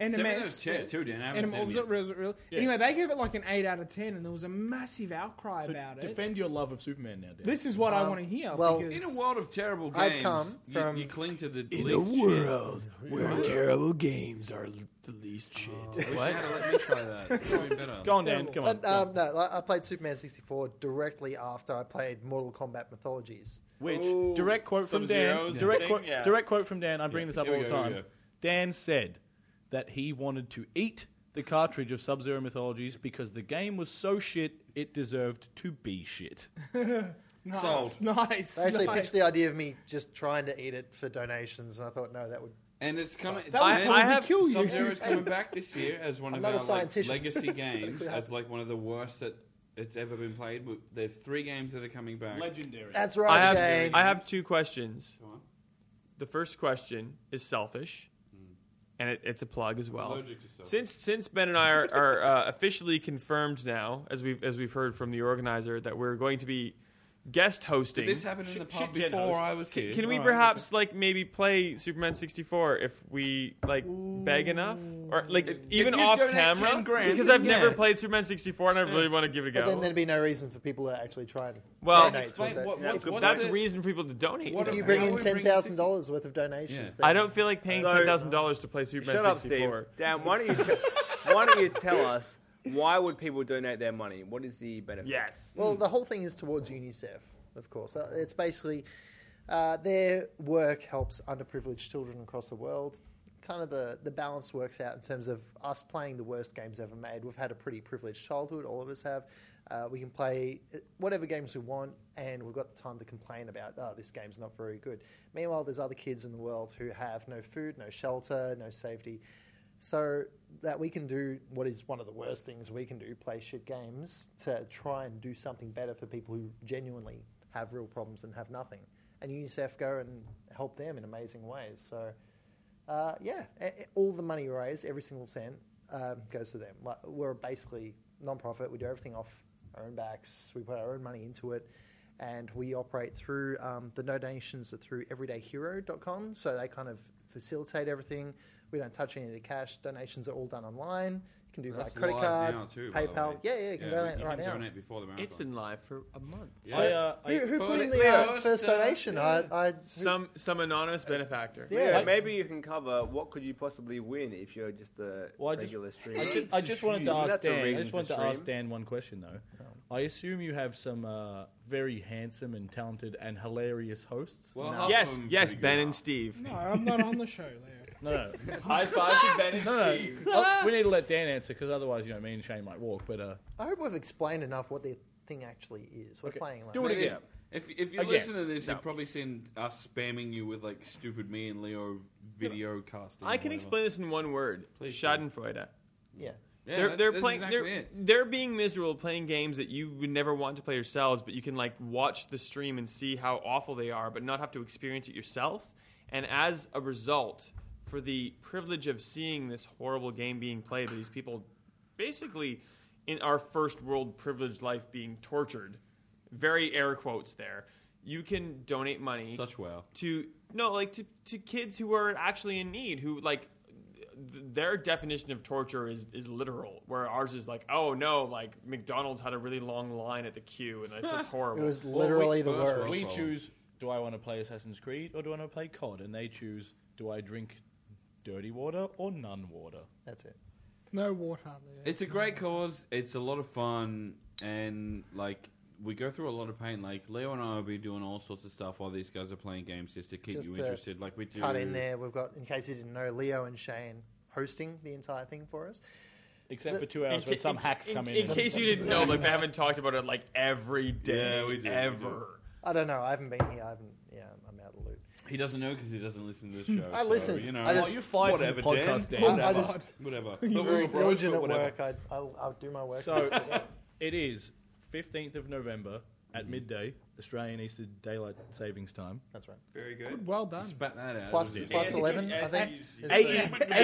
NMS. chairs too, Dan. I haven't NMS seen them was yet. it real? Was it real? Yeah. Anyway, they gave it like an eight out of ten, and there was a massive outcry So about it. defend your love of Superman now, Dan. This is what I Um, want to hear. well- because In a world of terrible games, I've come you- from- you, cling to the In least a world where terrible games are l- the least shit. Shit. What? Let me try that. It would be better. go on, Dan. Come on. But um, no, like, I played Superman 64 directly after I played Mortal Kombat Mythologies. Which Ooh, direct quote from Dan? Sub-Zero's Direct thing, quote. yeah. Direct quote from Dan. I bring this up Here all we the go, here we time. Dan said that he wanted to eat the cartridge of Sub Zero Mythologies because the game was so shit it deserved to be shit. nice, Sold. Nice. They actually nice. pitched the idea of me just trying to eat it for donations, and I thought, no, that would. And it's coming. That would I, probably I have kill you. Sub Zero is coming back this year as one I'm of not a our like, scientist. legacy games, Yeah. as like one of the worst that it's ever been played. We- There's three games that are coming back. Legendary. That's I right, Shane. have, I have two questions. Go on. The first question is selfish, and it, it's a plug as well. Hmm. Allergic to selfish. Since since Ben and I are, are uh, officially confirmed now, as we've as we've heard from the organizer, that we're going to be guest hosting. This happened in the pub shit gen before hosts. I was here. Can we Alright, perhaps like maybe play Superman sixty four if we like beg enough, or like even if you off donate camera? 10 grand, because I've yeah. never played Superman sixty four, and I really want to give it a But then go. there'd be no reason for people to actually try to Well, donate. Explain towards what, it. what, what's That's the- a reason for people to donate. What if though. you How bring would in we bring ten thousand dollars worth of donations, Yeah. then I don't feel like paying So- ten thousand dollars to play Superman Shut up, sixty Steve. four. Dan, why don't you te- why don't you tell us why would people donate their money? What is the benefit? Yes. Well, the whole thing is towards UNICEF, of course. Uh, It's basically uh, their work helps underprivileged children across the world. Kind of the, the balance works out in terms of us playing the worst games ever made. We've had a pretty privileged childhood, all of us have. Uh, we can play uh, whatever games we want, and we've got the time to complain about, oh, this game's not very good. Meanwhile, there's other kids in the world who have no food, no shelter, no safety. So that we can do what is one of the worst things we can do, play shit games, to try and do something better for people who genuinely have real problems and have nothing. And UNICEF go and help them in amazing ways. So, uh, yeah, e- e- all the money raised, every single cent, um, goes to them. Like, we're basically non-profit. We do everything off our own backs. We put our own money into it. And we operate through um, the donations are through everydayhero.com. So they kind of facilitate everything. We don't touch any of the cash. Donations are all done online. You can do That's like credit live card, now too, by the way. PayPal. Yeah, yeah, you can donate you right can now. Donate before the marathon. It's been live for a month. Yeah. I, uh, I, Who, who put First- in the uh, first, first uh, donation? I, I, Some some anonymous benefactor. yeah. Yeah, I- maybe you can cover what could you possibly win if you're just a Well, I just- regular I streamer. just, I just wanted to Well, ask that's a Dan. I reason just to wanted to, ask stream. Dan one question though. I assume you have some uh, very handsome and talented and hilarious hosts. Well, half of Yes, them yes, pretty Ben good. and Steve. No, I'm not on the show, Leo. No, no, High five to Ben and no, no. Oh, we need to let Dan answer because otherwise, you know, me and Shane might walk. But uh, I hope we've explained enough what the thing actually is. We're Okay. playing like Do it But again. If, if, if you Again. listen to this, you've probably seen us spamming you with like stupid me and Leo video casting. I or can whatever. explain this in one word. Please do. Schadenfreude. yeah. Yeah, they're that- they're that's playing exactly they're it. they're being miserable playing games that you would never want to play yourselves, but you can like watch the stream and see how awful they are, but not have to experience it yourself. And as a result, for the privilege of seeing this horrible game being played by these people, basically in our first world privileged life being tortured, very air quotes there. You can donate money Such wow. to no like to, to kids who are actually in need who like th- their definition of torture is, is literal where ours is like oh no like mcdonald's had a really long line at the queue and it's, it's horrible It was literally the first worst. world we problem. choose: do I want to play Assassin's Creed or do I want to play COD? And they choose: do I drink dirty water or none water? That's it. No water, Leo. It's a great cause. It's a lot of fun, and like we go through a lot of pain. Like Leo and I will be doing all sorts of stuff while these guys are playing games just to keep Just you to interested. Like we do. Cut in there. We've got, in case you didn't know, Leo and Shane hosting the entire thing for us. Except for two hours ca- when some hacks in, come in. in case you didn't know, like, they haven't talked about it like every day Yeah, we do, we do. ever. I don't know. I haven't been here. I haven't. Yeah, I'm out of the loop. He doesn't know because he doesn't listen to this show. I so, listen. You know, I just- Well, you're fired from the whatever, podcast, Dan. Dan. Whatever. I- I just- whatever. You're But we're very bros, but diligent at whatever. work. I, I'll, I'll do my work. So it is 15th of November at midday, Australian Eastern Daylight Savings Time. That's right. Very Good, good. well done. Spat that out. Plus, isn't it? plus Yeah. 11, I Yeah. think. Yeah.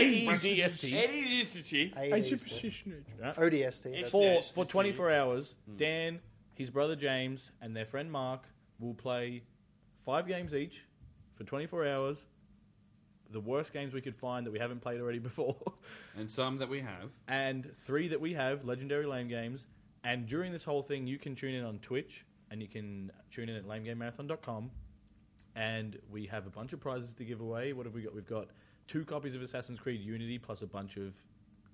is the- E, AEDST. AEDST. ODST. that's For, it. Hmm. for 24 hours, Dan, his brother James, and their friend Mark will play five games each for 24 hours. The worst games we could find that we haven't played already before, And some that we have. and three that we have, legendary lame games. And during this whole thing, you can tune in on Twitch and you can tune in at lamegamemarathon.com. And we have a bunch of prizes to give away. What have we got? We've got two copies of Assassin's Creed Unity plus a bunch of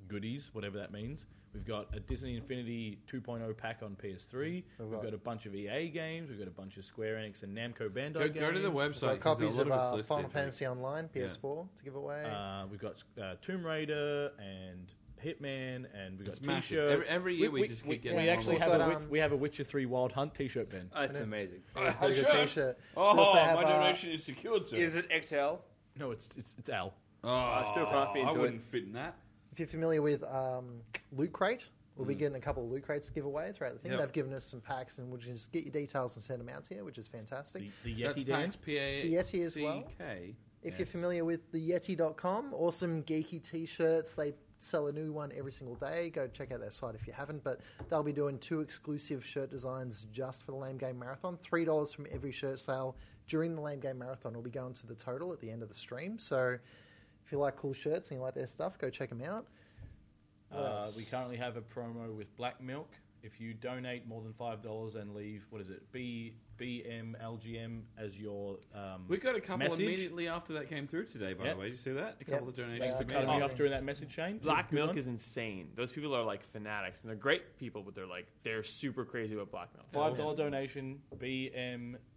goodies, whatever that means. We've got a Disney Infinity 2.0 pack on PS3. We've right. got a bunch of EA games. We've got a bunch of Square Enix and Namco Bandai Go, games. go to the We've website. got 'cause copies a of lot of uh, it's Final listed. Fantasy Online PS4 to give away. Uh, we've got uh, Tomb Raider and Hitman, and we've got It's massive. T-shirts. Every- every year we just keep we, getting we more actually and have more. a But, Witch- um, we have a Witcher Three Wild Hunt T-shirt Ben. That's amazing. Have a good sure. t-shirt. We Oh, also have, my uh, donation is secured, sir. Is it XL? No, it's it's it's Al. oh, I still can't fit into I it. wouldn't fit in that. If you're familiar with um, Loot Crate, we'll be getting a couple of Loot Crates to give away throughout the thing. Mm. Yep. They've given us some packs, and we'll just get your details and send them out to you, which is fantastic. The, the Yeti That's Dan. PAX, P-A- The Yeti as well. C-K. If you're Yes. familiar with the Yeti.com, awesome geeky t-shirts. They sell a new one every single day. Go check out their site if you haven't. But they'll be doing two exclusive shirt designs just for the Lame Game Marathon. Three dollars from every shirt sale during the Lame Game Marathon will be going to the total at the end of the stream. So if you like cool shirts and you like their stuff, go check them out. What Uh, else? we currently have a promo with Black Milk. If you donate more than five dollars and leave, what is it? B B M L G M as your um, We got a couple message. immediately after that came through today, by Yep. the way. Did you see that? A Yep. couple of donations. Thanks for immediately. Cut me Yeah. off during that message, Shane. Black Good Milk one. is insane. Those people are like fanatics, and they're great people, but they're like they're super crazy about Black Milk. Five dollar donation,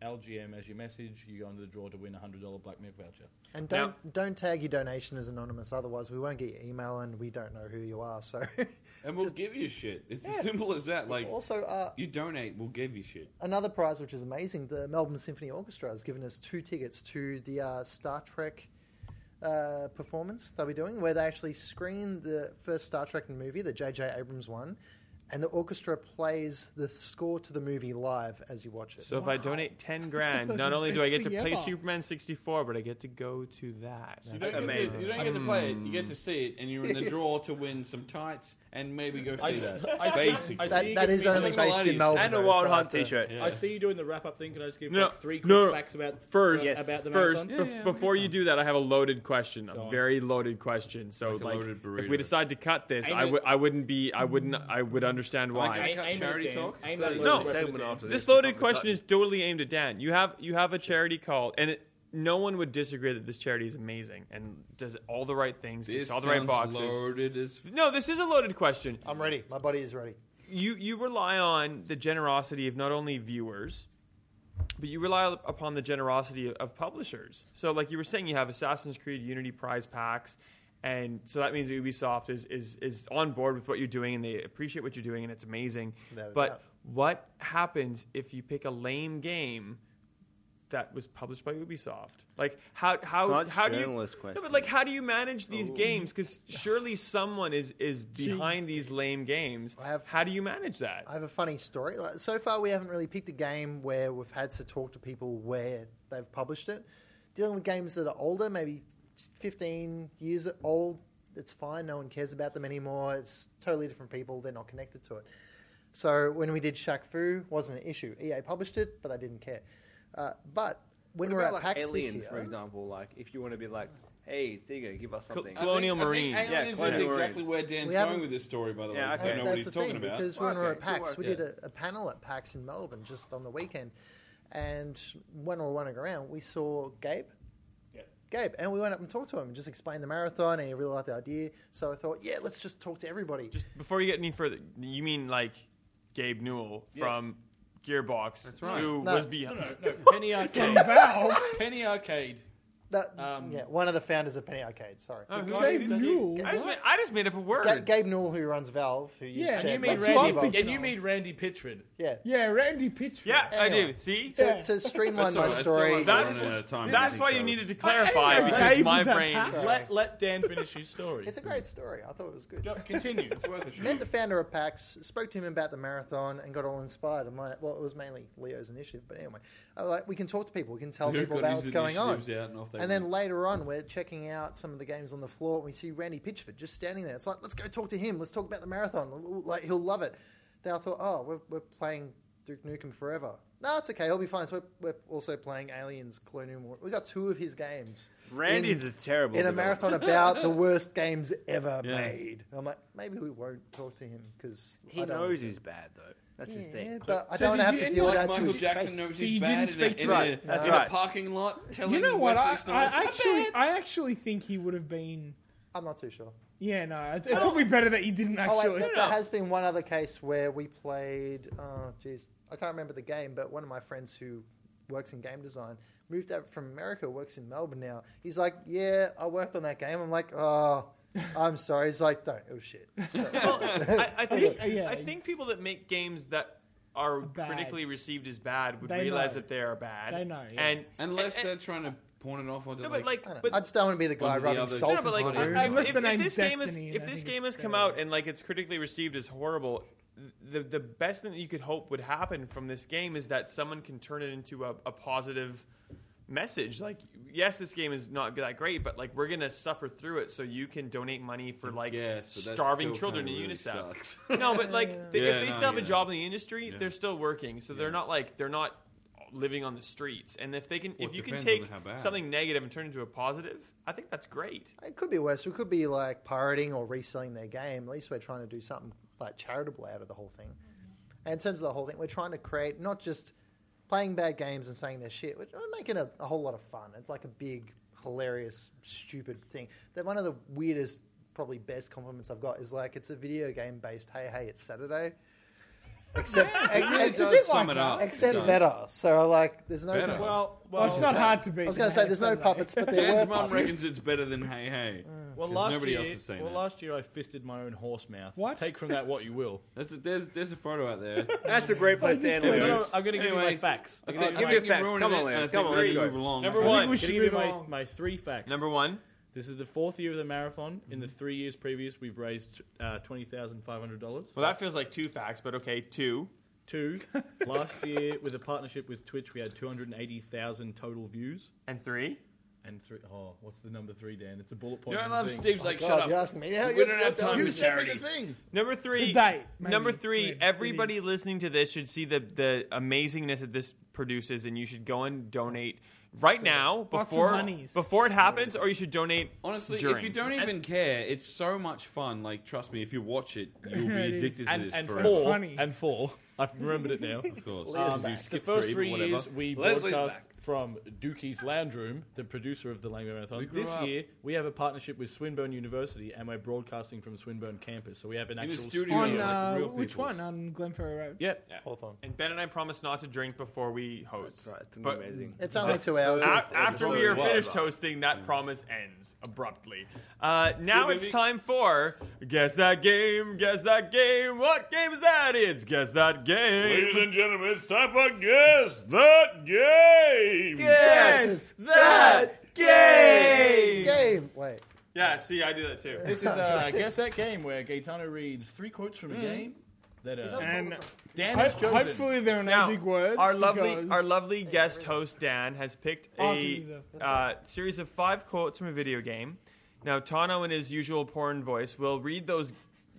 BMLGM as your message. You go into the draw to win a hundred dollar Black Milk voucher. And don't don't tag your donation as anonymous, otherwise we won't get your email and we don't know who you are. So And we'll give you shit. It's as simple as that. Like, also uh, you donate, we'll give you shit. another prize which is amazing. The Melbourne Symphony Orchestra has given us two tickets to the uh, Star Trek uh, performance they'll be doing, where they actually screen the first Star Trek movie, the J.J. Abrams one, and the orchestra plays the score to the movie live as you watch it. So if I donate ten That's grand, like not the only do best I get to thing play ever. Superman sixty four, but I get to go to that. You That's don't, get to, amazing. you don't get to play it. You get to see it, and you're in the draw to win some tights and maybe go see that. I see- Basically. I see that you that giving is me- only I'm not gonna lie based to in you. Melbourne. And a though, Wild so I Hunt have to- T-shirt. I see you doing the wrap up thing. Can I just give No, like three quick no. facts about First, about- about the first, marathon? bef- before you do that, I have a loaded question, a on. very loaded question. So, Like like, a loaded if we burrito. decide to cut this, Aim I it- would, I wouldn't be, I wouldn't, I would understand why. I Aim- cut aim it, charity Dan. talk. Aim That it. is- No. Segment after this loaded question is totally aimed at Dan. You have you have a charity call, and it, no one would disagree that this charity is amazing and does all the right things, This ticks all the right sounds boxes. loaded as f- No, this is a loaded question. I'm ready. My body is ready. you you rely on the generosity of not only viewers but you rely upon the generosity of, of publishers so like you were saying you have assassin's creed unity prize packs and so that means ubisoft is is is on board with what you're doing and they appreciate what you're doing and it's amazing Without a but doubt. what happens if you pick a lame game that was published by Ubisoft. Like how how Such how do you journalist no, but question. like how do you manage Oh. these games? Because surely someone is is behind these lame games. I have- how do you manage that? I have a funny story. Like, so far, we haven't really picked a game where we've had to talk to people where they've published it. Dealing with games that are older, maybe 15 years old, it's fine. No one cares about them anymore. It's totally different people. They're not connected to it. So when we did Shaq Fu, wasn't an issue. EA published it, but they didn't care. Uh, but when we What were at about like PAX aliens, this year, for example? Like, if you want to be like, hey, Sega, give us something. Col- Colonial I think- Marines. I think Yeah, Aliens is Colonial exactly Marines. where Dan's We going haven't- with this story, by the way. Yeah, I okay. don't That's, know what that's he's the talking thing about. because Well, when we were okay, at PAX, good we work. did a, a panel at PAX in Melbourne just on the weekend, and when we were running around, we saw Gabe. Gabe, and we went up and talked to him and just explained the marathon, and he really liked the idea. So I thought, yeah, let's just talk to everybody. Just before you get any further, you mean like Gabe Newell from Gearbox. That's right. Who No. was behind? No, no, no. Penny Arcade. Valve. Penny Arcade. That, Um, yeah, one of the founders of Penny Arcade. Sorry, Oh, who Gabe did that? Newell. I just made- I just made up a word. Ga- Gabe Newell, who runs Valve, who you Yeah, said, you mean runs Randy Gearbox. Pitchford. And you mean Randy Pitchford. Yeah. Yeah, Randy Pitchford. Yeah, I Anyway. do. See, To- Yeah. to streamline That's my all right. That's story- all right. that's, We're running out of time. that's This why is you so- needed to I- I didn't clarify know because Gabe my was that brain. packed. Let, let Dan finish his story. It's a great story. I thought it was good. Continue. It's worth a shot. Met the founder of PAX, spoke to him about the marathon, and got all inspired. I'm like, well, it was mainly Leo's initiative, but anyway, I'm like we can talk to people, we can tell Leo people got about his what's going on. initiatives out and off they And then went. later on, we're checking out some of the games on the floor, and we see Randy Pitchford just standing there. It's like, let's go talk to him. Let's talk about the marathon. Like he'll love it. Then I thought, oh, we're, we're playing Duke Nukem Forever. No, it's okay. He'll be fine. So we're, we're also playing Aliens Colonial War. We got two of his games. Randy's in- is terrible in a developer. marathon about the worst games ever Yeah. made. And I'm like, maybe we won't talk to him because He knows he's bad though. That's his Yeah, thing. but I So don't did have you- to and deal like with that Michael Jackson knows he's bad in, a, in, right. a, That's in right. a parking lot telling you know what? Wesley I, I Snipes, "I'm actually, I actually think he would have been. I'm not too sure. Yeah, no, it's it's probably better that you didn't actually. Oh, wait, there, there has been one other case where we played. Oh, jeez, I can't remember the game, but one of my friends who works in game design moved out from America, works in Melbourne now. He's like, "Yeah, I worked on that game." I'm like, "Oh, I'm sorry." He's like, "Don't, it was shit." I, I think I think people that make games that are Bad. critically received as bad would They realize know. that they are bad. They know, yeah. And Unless and- they're trying to pawn it off onto No, like, but like, don't know. but I just don't wanna be the guy onto rubbing other- salt no, but like, It's I- not I- easy. if, Unless the if name's this game is Destiny, and if I this think game it's has come better. out and like it's critically received as horrible, the the best thing that you could hope would happen from this game is that someone can turn it into a, a positive message. Like, yes, this game is not that great, but like we're gonna suffer through it, so you can donate money for like guess, but that's starving still children to kinda really UNICEF. sucks. no, but like they, Yeah, if they no, still have yeah. a job in the industry, Yeah. they're still working, so they're not like they're not living on the streets. And if they can, Well, if it you can depends on take how bad. something negative and turn it into a positive, I think that's great. It could be worse. We could be like pirating or reselling their game. At least we're trying to do something like charitable out of the whole thing. And in terms of the whole thing, we're trying to create not just playing bad games and saying they're shit. We're we're making a, a whole lot of fun. It's like a big, hilarious, stupid thing. That one of the weirdest, probably best compliments I've got is like it's a video game based. Hey, hey, it's Saturday. Except, Yeah, it really ex- does ex- sum it up. It except does. better. So like, there's no Better. Well, Well, Oh, it's not hard to beat. I was going to say there's no puppets, but there Dan's were mum puppets. reckons it's better than Hey Hey. Well, 'cause last nobody year, else is saying well, that. last year I fisted my own horse mouth. What? Take from that what you will. That's a, there's there's a photo out there. That's a great place to end No, it. no, I'm going to give you my Anyway, facts. I I'm think- gonna I my- think you've ruined Come on, it, Leo. and I Come think on, we let's need to go. move along. Number I think one. we Can should I give you move my, along. my three facts? Number one. This is the fourth year of the marathon. In the three years previous, we've raised uh, twenty thousand five hundred dollars. Well, that feels like two facts, but okay, two. Two. Last year, with a partnership with Twitch, we had two hundred and eighty thousand total views. And three. And three. Oh, what's the number three, Dan? It's a bullet You point. don't on the love thing. Steve's like, shut up. we don't have time for charity. Number three. The date, maybe. number three. Yeah, it everybody listening to this should see the the amazingness that this produces, and you should go and donate right now Lots of before monies. before it happens, or you should donate Honestly, during. if you don't even care, it's so much fun. Like, trust me, if you watch it, you'll It be is. addicted to And- this and forever. four- and four. I've remembered it now. Of course. Um, Because you the skipped first three, three but years, whatever. we Leslie's broadcast from Dookie's Lounge Room, the producer of the Langdon We Marathon. grew This up. year, we have a partnership with Swinburne University, and we're broadcasting from Swinburne campus. So we have an In a actual studio, studio, like like Uh, real which people. one? On Glenferrie Road. Yep. And Ben and I promise not to drink before we host. That's But amazing. It's only two hours. a- It's- after we are it's- finished hosting, that Mm. promise ends abruptly. Uh, now Steve, it's maybe- time for guess that game. Guess that game. What game is that? It's guess that game. Ladies and gentlemen, it's time for guess that game. Guess, that game. Game. Wait. Yeah, see, I do that too. This is uh, guess that game where Gaetano reads three quotes from a Mm. game that uh, And Dan ho- has chosen. hopefully there are no Now, big words. Our lovely, because- our lovely guest host Dan has picked Oh, a, this is a- that's uh, series of five quotes from a video game. Now Tano, in his usual porn voice, will read those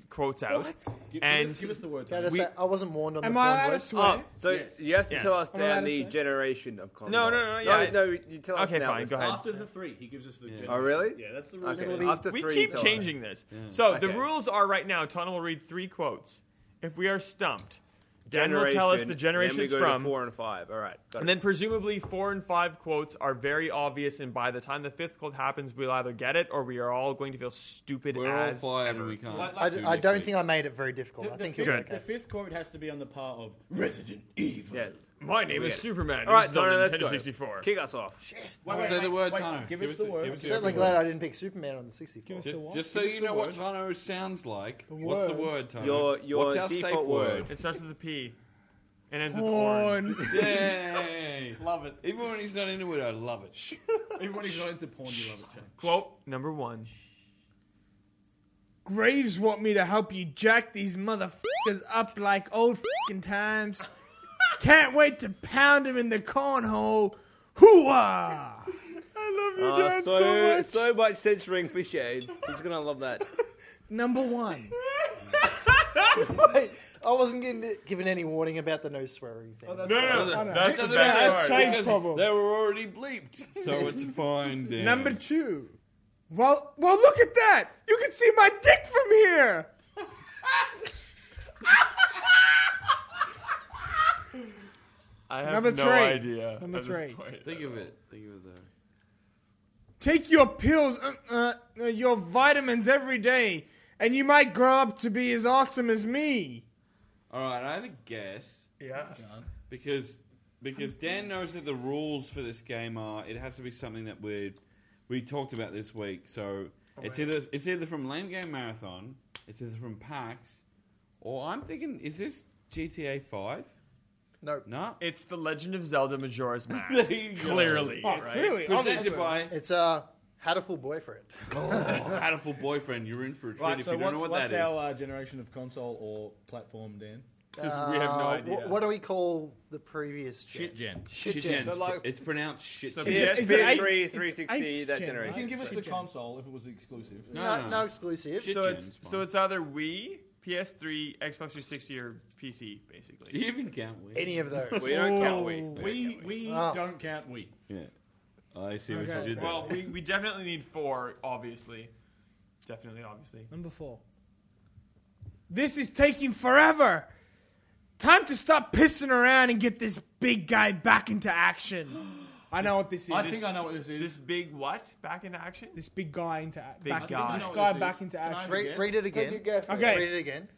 quotes out. Give- And give us- give us the word. Can I just We- say, I wasn't warned on Am the I porn allowed to voice? Oh, swear? Oh, So you have to Yes. tell us Am I allowed down to the swear? generation of content. No, no, no, yeah. No, you tell us Okay, now. fine, Let's go ahead. After the three, he gives us the. Oh, really? Yeah, that's the rule. Okay, Oh, Little bit- after we three, keep tell us. changing this. So the Okay. rules are right now. Tano will read three quotes. If we are stumped, Dan will tell us the generation then we it's go from. To four and five. All right. Got And it. then presumably four and five quotes are very obvious, and by the time the fifth quote happens, we'll either get it or we are all going to feel stupid We're all as fired and ever. we can't. Like- I, do I next don't week. think I made it very difficult. The, I the think fifth, you're okay. the fifth quote has to be on the part of Resident Evil. Yes. My name is Superman. All right, This is no, on no, the let's Nintendo go. 64. Kick us off. Wait, wait, Say the wait, word, wait, Tano. Give, Give us the us a- word. give us I'm certainly glad I didn't pick Superman on the Give 64. us- Just, So what? just so Give us you the know what word. Tano sounds like. The What's the word, words. Tano? Your- your What's our safe default word? word. It starts with a P and ends with porn. Porn. Yay! Love it. Even when he's not into it, I love it. Shh. Even when he's not into porn, you love it. Shane. Quote number one. Graves want me to help you jack these motherfuckers up like old fucking times. Can't wait to pound him in the cornhole. Hooah! Uh, so, so much censoring for Shade. He's gonna love that. Number one. Wait, I wasn't given, given any warning about the no swearing thing. I know. That's the Doesn't best matter, That's Shane's because problem. They were already bleeped, so it's fine. Dan. Number two. Well, well, look at that. You can see my dick from here. I have Number no three. idea. Number at this three. point. Think of it. Think of it though. Take your pills, uh, uh, uh, your vitamins every day, and you might grow up to be as awesome as me. All right, I have a guess. Yeah. Because because Dan knows that the rules for this game are it has to be something that we we talked about this week. So it's either it's either from Lame Game Marathon, it's either from PAX, or I'm thinking is this GTA Five? No, No. It's the Legend of Zelda Majora's Mask. There you go. Clearly, Oh, right? clearly, obviously. Presented by it's uh, had a full boyfriend. Hatful Boyfriend. You're in for a treat Right, if so you don't what's, know what what's that is. our uh, generation of console or platform, Dan? Just- we have no Uh, wh- idea. what do we call the previous gen? Shit gen. Shit Shit, gen. it's, So like- it's pronounced shit. So gen. Is it- Yes, is it eighth- PS3, it's 360, eighth that gen, You generation. can give us Shit the gen. console if it was the exclusive. no, No, no, no. no exclusive. Shit So gen it's is fine. so it's either Wii, PS3, Xbox 360, or PC, Do basically. you even count we? Any of those. We don't count we. We we Ah. don't count we. Yeah. I see what Okay. you did there. Well, we, we definitely need four, obviously. Definitely, obviously. Number four. This is taking forever. Time to stop pissing around and get this big guy back into action. I know what this is. I think I know what this is. This big what back in action? this big guy into action. Big back guy. This I know guy what this back is. into Can I action. read- Read, read it again. Okay. Read it again.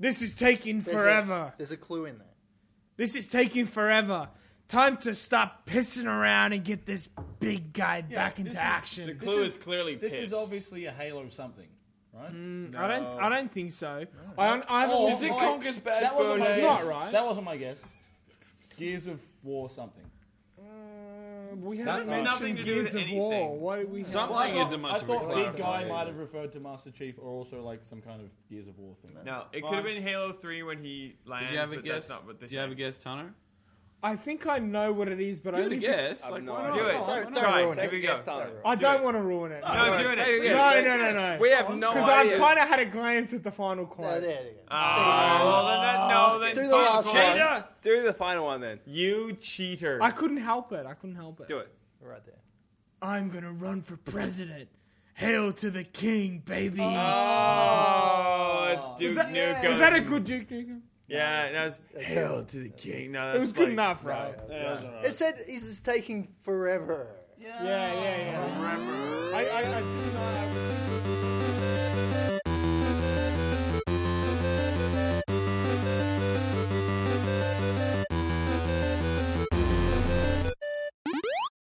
This is taking There's a- forever. there's a clue in there. This is taking forever. Time to stop pissing around and get this big guy back this into is- action. the Clue is clearly This piss. is obviously a Halo something, right? I don't. I don't think so. I, don't- I haven't. Oh, looked- Mm. is it I- Conker's Bad That wasn't Fur my It's Day? guess. not right. That wasn't my guess. Gears of War something. Uh, we haven't That's mentioned nothing to do with Gears of War. anything. What did we? Something I thought, isn't much I of a thought Big Guy clarifier. might have referred to Master Chief or also like some kind of Gears of War thing. No, it could have been Halo 3 when he lands, Did you have a but guess? that's not what they Did you have a said. guess, Tanner? I think I know what it is, but I Do the only guess. I've Like, no why idea. not? Do it. Don't- don't Try. ruin Here it. we go. Don't ruin it. I don't want to ruin Oh, it. No, No, do it. Hey, anyway. no, no, no, no. We have no Because idea. I've kind of had a glance at the final No, quote. there it is. Ah, well, then that- no, then Do the final last call. one. Cheater! Do the final one then. You cheater. I couldn't help it. I couldn't help it. Do it. Right there. I'm gonna run for president. Hail to the king, baby. Oh, it's Duke is, that, Nukem. is that a good Duke Nukem? Yeah, that was Hail to the King. No, It that's was good like- enough, right? It said is it's taking forever. Yeah, yeah, yeah. I, I, I do know. I was-